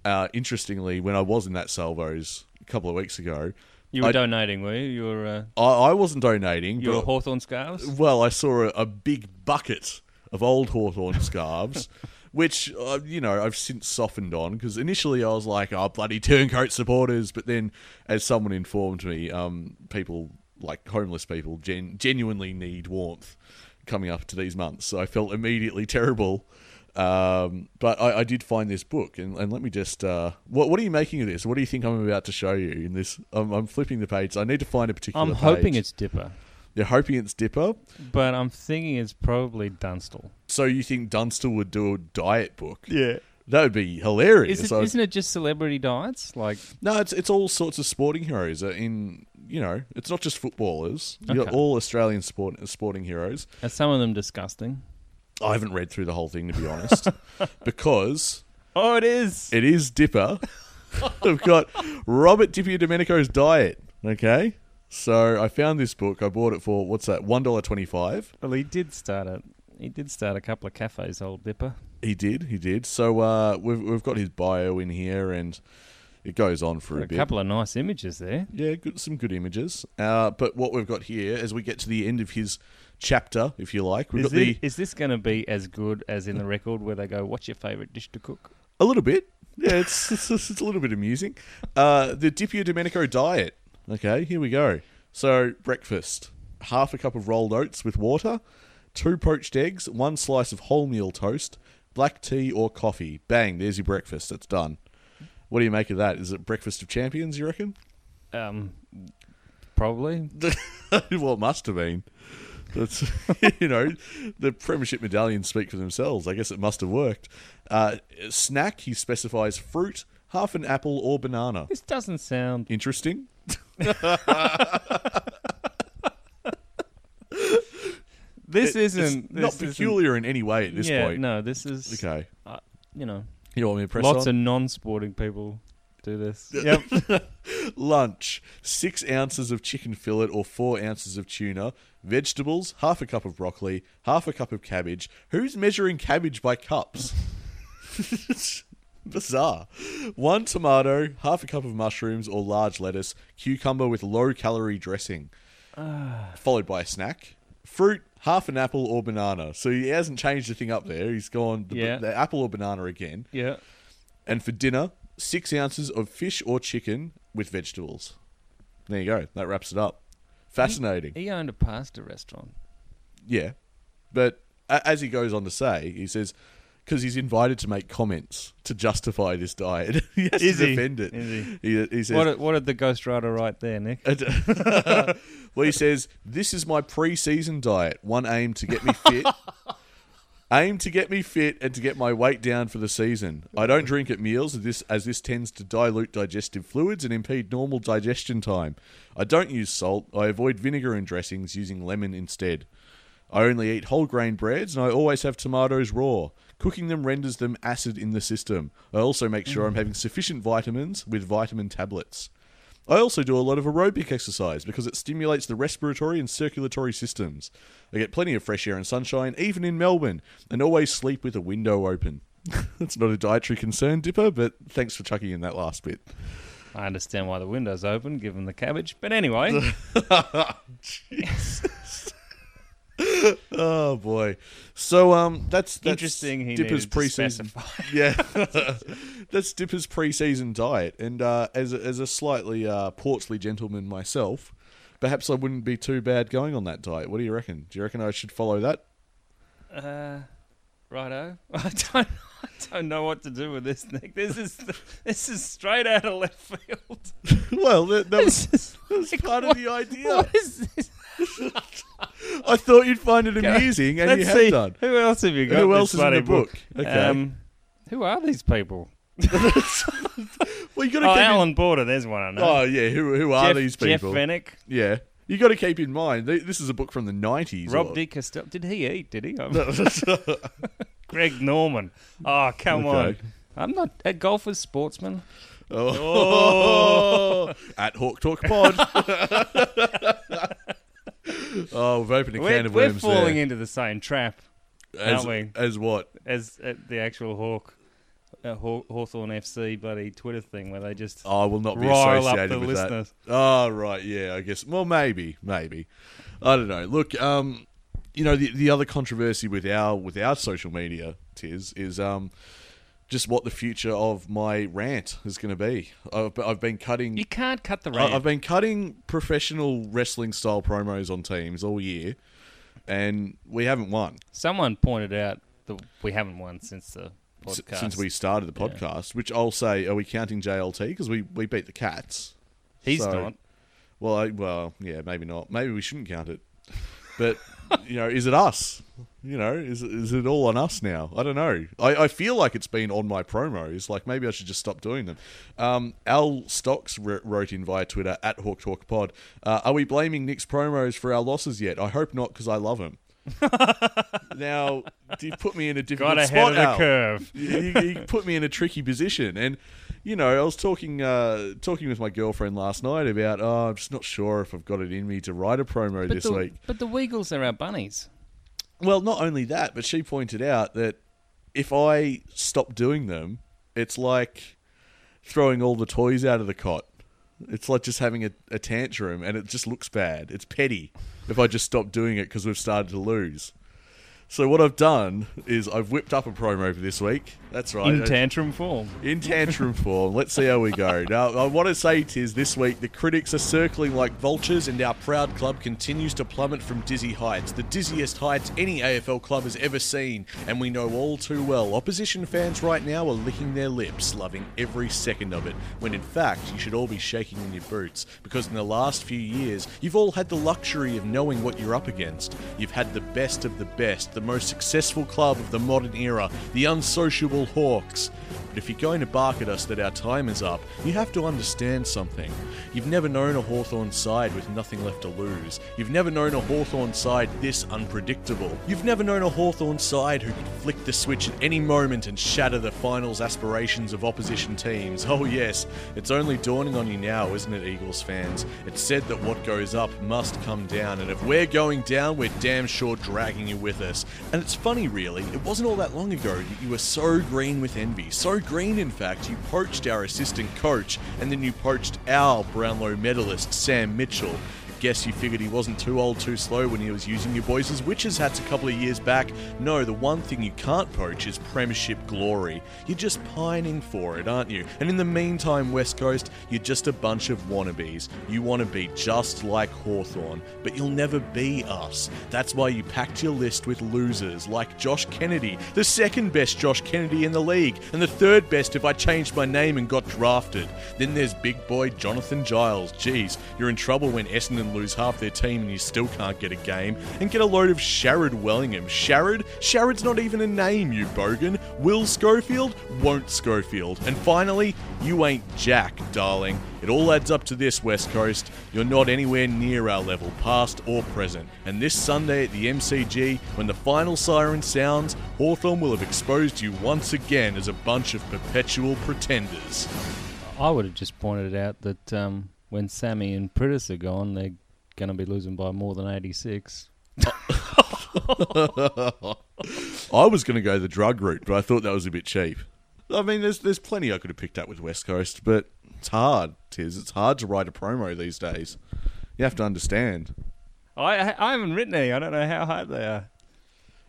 Speaker 1: Uh, interestingly, when I was in that Salvos a couple of weeks ago,
Speaker 2: You were
Speaker 1: I,
Speaker 2: donating, were you? You were. Uh,
Speaker 1: I, I wasn't donating.
Speaker 2: You were
Speaker 1: but
Speaker 2: Hawthorne scarves?
Speaker 1: well, I saw a, a big bucket of old Hawthorn scarves, which, uh, you know, I've since softened on because initially I was like, oh, bloody turncoat supporters. But then, as someone informed me, um, people like homeless people gen- genuinely need warmth coming up to these months. So I felt immediately terrible. Um, but I, I did find this book, and, and let me just. Uh, what, what are you making of this? What do you think I'm about to show you in this? I'm, I'm flipping the page. I need to find a particular.
Speaker 2: I'm hoping
Speaker 1: page.
Speaker 2: it's Dipper,
Speaker 1: You're hoping it's Dipper.
Speaker 2: but I'm thinking it's probably Dunstall.
Speaker 1: So you think Dunstall would do a diet book?
Speaker 2: Yeah.
Speaker 1: That would be hilarious.
Speaker 2: Is
Speaker 1: I
Speaker 2: it,
Speaker 1: was-
Speaker 2: isn't it just celebrity diets? Like,
Speaker 1: No, it's it's all sorts of sporting heroes uh, in you know it's not just footballers. You got
Speaker 2: Okay.
Speaker 1: all Australian sport sporting heroes.
Speaker 2: are some of them disgusting?
Speaker 1: I haven't read through the whole thing to be honest, because
Speaker 2: Oh, it is.
Speaker 1: it is Dipper. I've got Robert Dipper Domenico's diet. Okay, so I found this book. I bought it for what's that? One dollar twenty five.
Speaker 2: Well, he did start a he did start a couple of cafes, old Dipper.
Speaker 1: He did. He did. So uh, we've we've got his bio in here, and it goes on for
Speaker 2: Got
Speaker 1: a,
Speaker 2: a
Speaker 1: bit.
Speaker 2: couple of nice images there.
Speaker 1: Yeah, good, some good images. Uh, but what we've got here, as we get to the end of his chapter, if you like, we've
Speaker 2: Is,
Speaker 1: got
Speaker 2: thi-
Speaker 1: the
Speaker 2: is this going to be as good as in the record where they go, "What's your favourite dish to cook?"
Speaker 1: a little bit. Yeah, it's it's, it's, it's a little bit amusing. Uh, the Dipio Domenico diet. Okay, here we go. So breakfast: half a cup of rolled oats with water, two poached eggs, one slice of wholemeal toast, black tea or coffee. Bang! There's your breakfast. It's done. What do you make of that? Is it breakfast of champions? You reckon?
Speaker 2: Um, probably.
Speaker 1: well, it must have been. That's you know, the premiership medallions speak for themselves. I guess it must have worked. Uh, snack, he specifies fruit, half an apple or banana.
Speaker 2: This doesn't sound.
Speaker 1: Interesting.
Speaker 2: This
Speaker 1: It-
Speaker 2: is
Speaker 1: it's
Speaker 2: isn't
Speaker 1: not
Speaker 2: this isn't-
Speaker 1: peculiar in any way at this
Speaker 2: yeah,
Speaker 1: point.
Speaker 2: no, this is
Speaker 1: Okay,
Speaker 2: uh, you know
Speaker 1: you know what I'm impressed
Speaker 2: lots
Speaker 1: on?
Speaker 2: of non-sporting people do this. yep.
Speaker 1: Lunch: six ounces of chicken fillet or four ounces of tuna. Vegetables: half a cup of broccoli, half a cup of cabbage. Who's measuring cabbage by cups? Bizarre. One tomato, half a cup of mushrooms or large lettuce, cucumber with low calorie dressing, followed by a snack. Fruit, half an apple or banana. So he hasn't changed a thing up there. He's gone the,
Speaker 2: Yeah.
Speaker 1: the apple or banana again.
Speaker 2: Yeah.
Speaker 1: And for dinner, six ounces of fish or chicken with vegetables. There you go. That wraps it up. Fascinating.
Speaker 2: He owned a pasta restaurant.
Speaker 1: Yeah. But a- as he goes on to say, he says, because he's invited to make comments to justify this diet. he has
Speaker 2: Is
Speaker 1: to
Speaker 2: he?
Speaker 1: defend it.
Speaker 2: Is
Speaker 1: he? he says,
Speaker 2: What did, what did the ghostwriter write there, Nick?
Speaker 1: well, he says, this is my pre-season diet. One aim to get me fit. aim to get me fit and to get my weight down for the season. I don't drink at meals as this, as this tends to dilute digestive fluids and impede normal digestion time. I don't use salt. I avoid vinegar and dressings, using lemon instead. I only eat whole grain breads and I always have tomatoes raw. Cooking them renders them acid in the system. I also make sure I'm having sufficient vitamins with vitamin tablets. I also do a lot of aerobic exercise because it stimulates the respiratory and circulatory systems. I get plenty of fresh air and sunshine, even in Melbourne, and always sleep with a window open. That's not a dietary concern, Dipper, but thanks for chucking in that last bit.
Speaker 2: I understand why the window's open, given the cabbage. But anyway,
Speaker 1: Oh boy. So um that's, that's
Speaker 2: Interesting he
Speaker 1: Dipper's
Speaker 2: needed to
Speaker 1: preseason. yeah. that's Dipper's preseason diet and uh as a, as a slightly uh portly gentleman myself, perhaps I wouldn't be too bad going on that diet. What do you reckon? Do you reckon I should follow that?
Speaker 2: uh, righto. I don't, I don't know what to do with this, Nick. This is this is straight out of left field.
Speaker 1: well, that, that was
Speaker 2: This is
Speaker 1: That's
Speaker 2: like,
Speaker 1: part
Speaker 2: what,
Speaker 1: of the idea.
Speaker 2: what is this?
Speaker 1: I thought you'd find it amusing, and you
Speaker 2: Let's
Speaker 1: have
Speaker 2: see.
Speaker 1: done.
Speaker 2: Who else have you got?
Speaker 1: Who
Speaker 2: this
Speaker 1: else is in
Speaker 2: bloody
Speaker 1: the book? Okay.
Speaker 2: Um, who are these people?
Speaker 1: well, you got to
Speaker 2: Oh,
Speaker 1: keep. in-
Speaker 2: Alan Border. There's one I know.
Speaker 1: oh yeah, who who are
Speaker 2: Jeff,
Speaker 1: these
Speaker 2: Jeff
Speaker 1: people?
Speaker 2: Fennick,
Speaker 1: yeah, you got to keep in mind th- this is a book from the nineties.
Speaker 2: Rob D. Costello. Did he eat? Did he? Greg Norman. Oh, come
Speaker 1: Okay.
Speaker 2: on. I'm not a golfer's sportsman.
Speaker 1: Oh. At Hawk Talk Pod. oh, we've opened a can
Speaker 2: We're,
Speaker 1: of
Speaker 2: we're
Speaker 1: worms
Speaker 2: falling
Speaker 1: there.
Speaker 2: into the same trap
Speaker 1: as,
Speaker 2: aren't
Speaker 1: as what?
Speaker 2: as uh, the actual Hawk, uh, Haw- Hawthorne FC bloody Twitter thing where they just
Speaker 1: I will not be
Speaker 2: Rile up
Speaker 1: associated
Speaker 2: the
Speaker 1: with
Speaker 2: listeners.
Speaker 1: that. Oh, right, yeah, I guess. Well, maybe, maybe. I don't know. Look, um, you know, the the other controversy with our with our social media tis is um, just what the future of my rant is going to be. I've, I've been cutting.
Speaker 2: you can't cut the
Speaker 1: I- I've
Speaker 2: rant.
Speaker 1: been cutting professional wrestling style promos on teams all year, and we haven't won.
Speaker 2: Someone pointed out The, we haven't won since the
Speaker 1: S-
Speaker 2: podcast.
Speaker 1: since we started the
Speaker 2: Yeah.
Speaker 1: podcast, which I'll say, are we counting JLT? Because we, we beat the Cats.
Speaker 2: he's
Speaker 1: so-
Speaker 2: not.
Speaker 1: Well, I, well, yeah, maybe not. Maybe we shouldn't count it. But you know, is it us? You know, is is it all on us now? I don't know. I, I feel like it's been on my promos. Like maybe I should just stop doing them. Um, Al Stocks wr- wrote in via Twitter at Hawk Talk Pod. Uh, are we blaming Nick's promos for our losses yet? I hope not, because I love him. now, do you put me in a difficult
Speaker 2: Got ahead
Speaker 1: spot,
Speaker 2: of the
Speaker 1: Al?
Speaker 2: curve.
Speaker 1: you, you put me in a tricky position. And you know, I was talking uh, talking with my girlfriend last night about oh, I'm just not sure if I've got it in me to write a promo
Speaker 2: But
Speaker 1: this
Speaker 2: the,
Speaker 1: week.
Speaker 2: but the Weagles are our bunnies.
Speaker 1: Well, not only that, but she pointed out that if I stop doing them, it's like throwing all the toys out of the cot. It's like just having a, a tantrum, and it just looks bad. It's petty if I just stop doing it because we've started to lose. So what I've done is I've whipped up a promo for this week. That's right.
Speaker 2: in
Speaker 1: I-
Speaker 2: tantrum form.
Speaker 1: in tantrum form. Let's see how we go. Now, I want to say, Tiz, this week the critics are circling like vultures, and our proud club continues to plummet from dizzy heights, the dizziest heights any AFL club has ever seen. And we know all too well opposition fans right now are licking their lips, loving every second of it, when in fact you should all be shaking in your boots, because in the last few years you've all had the luxury of knowing what you're up against. You've had the best of the best, the most successful club of the modern era, the unsociable Hawks. But if you're going to bark at us that our time is up, you have to understand something. You've never known a Hawthorn side with nothing left to lose. You've never known a Hawthorn side this unpredictable. You've never known a Hawthorn side who could flick the switch at any moment and shatter the finals aspirations of opposition teams. Oh, yes, it's only dawning on you now, isn't it, Eagles fans? It's said that what goes up must come down, and if we're going down, we're damn sure dragging you with us. And it's funny, really, it wasn't all that long ago that you were so green with envy. So green, in fact, you poached our assistant coach, and then you poached our Brownlow medalist, Sam Mitchell. Guess you figured he wasn't too old, too slow when he was using your boys as witches hats a couple of years back. No, the one thing you can't poach is Premiership glory. You're just pining for it, aren't you? And in the meantime, West Coast, you're just a bunch of wannabes. You want to be just like Hawthorn, but you'll never be us. That's why you packed your list with losers like Josh Kennedy, the second best Josh Kennedy in the league, and the third best if I changed my name and got drafted. Then there's big boy Jonathan Giles. Jeez, you're in trouble when Essendon lose half their team and you still can't get a game. And get a load of Sharad Wellingham. Sharad? Sharad's not even a name, you bogan. Will Schofield? Won't Schofield. And finally, you ain't Jack, darling. It all adds up to this, West Coast. You're not anywhere near our level, past or present. And this Sunday at the MCG, when the final siren sounds, Hawthorn will have exposed you once again as a bunch of perpetual pretenders.
Speaker 2: I would have just pointed out that um, when Sammy and Pritis are gone, they're going to be losing by more than 86.
Speaker 1: I was going to go the drug route, but I thought that was a bit cheap. I mean, there's there's plenty I could have picked up with West Coast, but it's hard, Tiz. It's hard to write a promo these days. You have to understand.
Speaker 2: I, I haven't written any. I don't know how hard they are.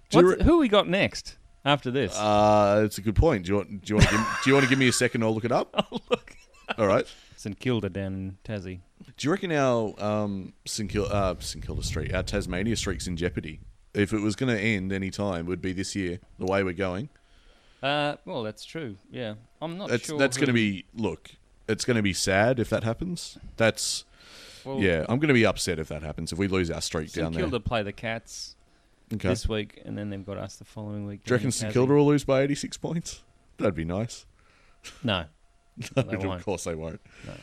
Speaker 1: Do you
Speaker 2: What's- who we got next after this?
Speaker 1: Uh, it's a good point. Do you want do you want to give, do you want to give me a second? I'll look it up. I'll look. All right.
Speaker 2: St Kilda down in Tassie.
Speaker 1: Do you reckon our um, St Kilda, uh, St Kilda Street, our Tasmania streak's in jeopardy? If it was going to end any time, it would be this year. The way we're going,
Speaker 2: Uh, well, that's true. Yeah, I'm not
Speaker 1: that's
Speaker 2: sure.
Speaker 1: that's
Speaker 2: who-
Speaker 1: going to be look. It's going to be sad if that happens. That's
Speaker 2: well,
Speaker 1: Yeah, I'm going to be upset if that happens. If we lose our streak
Speaker 2: St
Speaker 1: down there,
Speaker 2: Kilda play the Cats
Speaker 1: okay.
Speaker 2: this week, and then they've got us the following week.
Speaker 1: do you
Speaker 2: down in
Speaker 1: reckon St
Speaker 2: Tassie.
Speaker 1: Kilda will lose by 86 points? That'd be nice.
Speaker 2: No,
Speaker 1: No,
Speaker 2: They
Speaker 1: of
Speaker 2: won't.
Speaker 1: course they won't.
Speaker 2: No.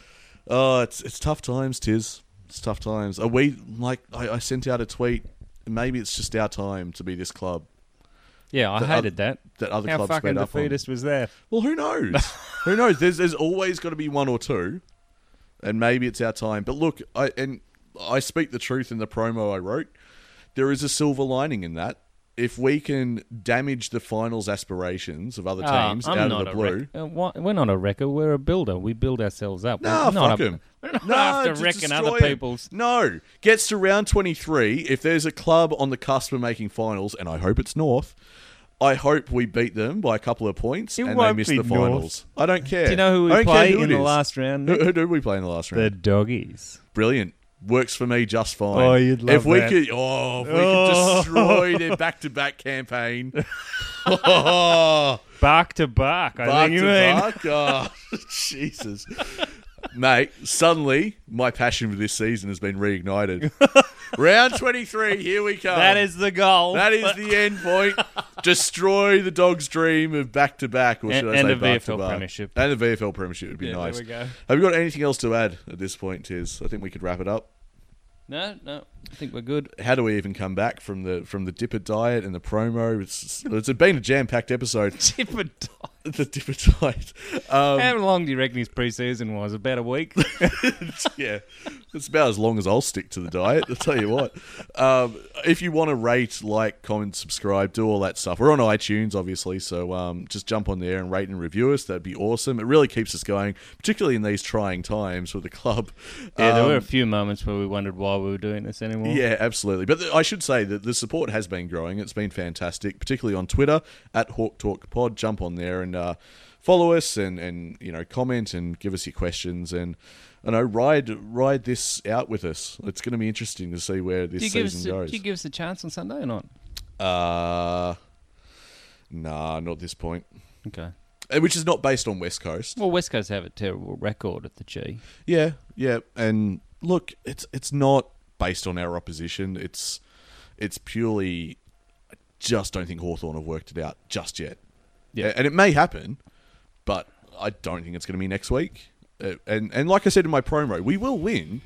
Speaker 1: Oh, it's it's tough times, Tiz. It's tough times. Are we like I, I sent out a tweet? Maybe it's just our time to be this club
Speaker 2: yeah, I
Speaker 1: The oth-
Speaker 2: hated that.
Speaker 1: that other
Speaker 2: How
Speaker 1: clubs
Speaker 2: fucking
Speaker 1: fed up on.
Speaker 2: defeatist was that?
Speaker 1: Well, who knows? who knows? There's there's always got to be one or two, and maybe it's our time. But look, I and I speak the truth in the promo I wrote. There is a silver lining in that. If we can damage the finals aspirations of other
Speaker 2: Ah,
Speaker 1: teams
Speaker 2: I'm
Speaker 1: out
Speaker 2: not
Speaker 1: of the
Speaker 2: a wreck-
Speaker 1: blue,
Speaker 2: uh, wha- we're not a wrecker. We're a builder. We build ourselves up.
Speaker 1: no,
Speaker 2: we're not
Speaker 1: fuck
Speaker 2: a-
Speaker 1: 'em.
Speaker 2: We're not
Speaker 1: No,
Speaker 2: after
Speaker 1: just
Speaker 2: wrecking
Speaker 1: destroy
Speaker 2: other
Speaker 1: 'em.
Speaker 2: people's.
Speaker 1: No, gets to round 23. If there's a club on the cusp of making finals, and I hope it's North, I hope we beat them by a couple of points
Speaker 2: It
Speaker 1: and they
Speaker 2: won't
Speaker 1: miss
Speaker 2: be
Speaker 1: the
Speaker 2: North.
Speaker 1: finals. I don't care.
Speaker 2: Do you know who
Speaker 1: I
Speaker 2: we
Speaker 1: don't care
Speaker 2: play
Speaker 1: who
Speaker 2: in
Speaker 1: it
Speaker 2: the
Speaker 1: is.
Speaker 2: last round?
Speaker 1: Who,
Speaker 2: Nick?
Speaker 1: who did we play in the last round?
Speaker 2: The doggies.
Speaker 1: Brilliant. Works for me just fine.
Speaker 2: Oh, you'd love
Speaker 1: if we
Speaker 2: that.
Speaker 1: could, oh, if we could
Speaker 2: Oh.
Speaker 1: destroy their back-to-back campaign. Oh,
Speaker 2: Bark to bark, I
Speaker 1: bark
Speaker 2: think
Speaker 1: to
Speaker 2: you mean.
Speaker 1: bark. Oh, Jesus. Mate, suddenly my passion for this season has been reignited. Round 23, here we come.
Speaker 2: That is the goal.
Speaker 1: That is the end point. Destroy the dog's dream of back to back, or
Speaker 2: And-
Speaker 1: should I
Speaker 2: and
Speaker 1: say
Speaker 2: a
Speaker 1: back to
Speaker 2: VFL
Speaker 1: back.
Speaker 2: premiership.
Speaker 1: And a VFL premiership would be
Speaker 2: Yeah, there
Speaker 1: nice.
Speaker 2: we go.
Speaker 1: Have you got anything else to add at this point, Tiz? I think we could wrap it up.
Speaker 2: No, no. I think we're good.
Speaker 1: How do we even come back from the from the dipper diet and the promo? It's it's been a jam packed episode.
Speaker 2: Chipper died.
Speaker 1: the dipper diet. Um,
Speaker 2: How long do you reckon his preseason was? About a week?
Speaker 1: yeah, it's about as long as I'll stick to the diet. I'll tell you what. Um, if you want to rate, like, comment, subscribe, do all that stuff. We're on iTunes, obviously, so um, just jump on there and rate and review us. That'd be awesome. It really keeps us going, particularly in these trying times with the club.
Speaker 2: yeah, there
Speaker 1: Um,
Speaker 2: were a few moments where we wondered why we were doing this anymore.
Speaker 1: Yeah, absolutely. But th- I should say that the support has been growing. It's been fantastic, particularly on Twitter at Hawk Talk Pod. Jump on there and uh, follow us, and and you know comment and give us your questions, and I know ride ride this out with us. It's going to be interesting to see where this
Speaker 2: Do you, give us,
Speaker 1: season
Speaker 2: do
Speaker 1: goes.
Speaker 2: you give us a chance on Sunday or not?
Speaker 1: uh, nah, not this point.
Speaker 2: Okay.
Speaker 1: Uh, Which is not based on West Coast.
Speaker 2: Well, West Coast have a terrible record at the G.
Speaker 1: Yeah, yeah, and look, it's it's not based on our opposition. It's it's purely. I just don't think Hawthorn have worked it out just yet.
Speaker 2: Yeah.
Speaker 1: and it may happen, but I don't think it's going to be next week. Uh, And and like I said in my promo, we will win.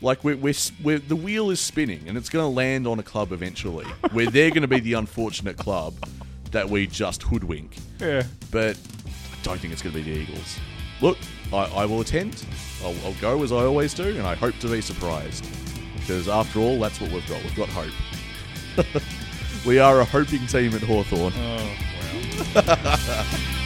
Speaker 1: Like we're, we're, s- we're the wheel is spinning, and it's going to land on a club eventually, where they're going to be the unfortunate club that we just hoodwink.
Speaker 2: Yeah.
Speaker 1: But I don't think it's going to be the Eagles. Look, I, I will attend. I'll, I'll go as I always do, and I hope to be surprised. Because after all, that's what we've got. We've got hope. we are a hoping team at Hawthorn.
Speaker 2: Oh, wow.